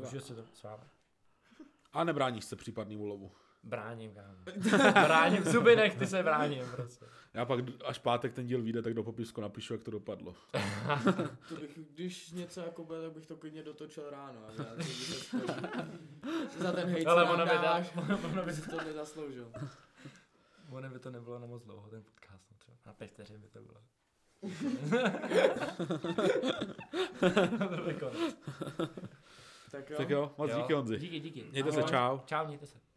S3: Užiju si to s vámi.
S2: A nebráníš se případnému lovu.
S3: Bráním, kámo. *laughs* Bráním, zuby nech, ty se bráním, prostě.
S2: Já pak, až pátek ten díl vyjde, tak do popisku napíšu, jak to dopadlo.
S1: To bych, když něco jako bude, tak bych to klidně dotočil ráno. *laughs* Ale já to bych se spojil. Za ten hejt,
S3: Ale
S1: co nám
S3: ono by, dá,
S1: dáváš,
S3: *laughs* ono, by,
S1: aby si to nezasloužil.
S3: ono by to nebylo na moc dlouho, ten podcast, no, třeba na pět vteřin by to *laughs* bylo. Byl by konec.
S1: Tak jo.
S2: Tak jo, moc jo. díky Honzi.
S3: Díky, díky.
S2: Mějte se,
S3: Ahoj.
S2: čau.
S3: Čau, mějte se.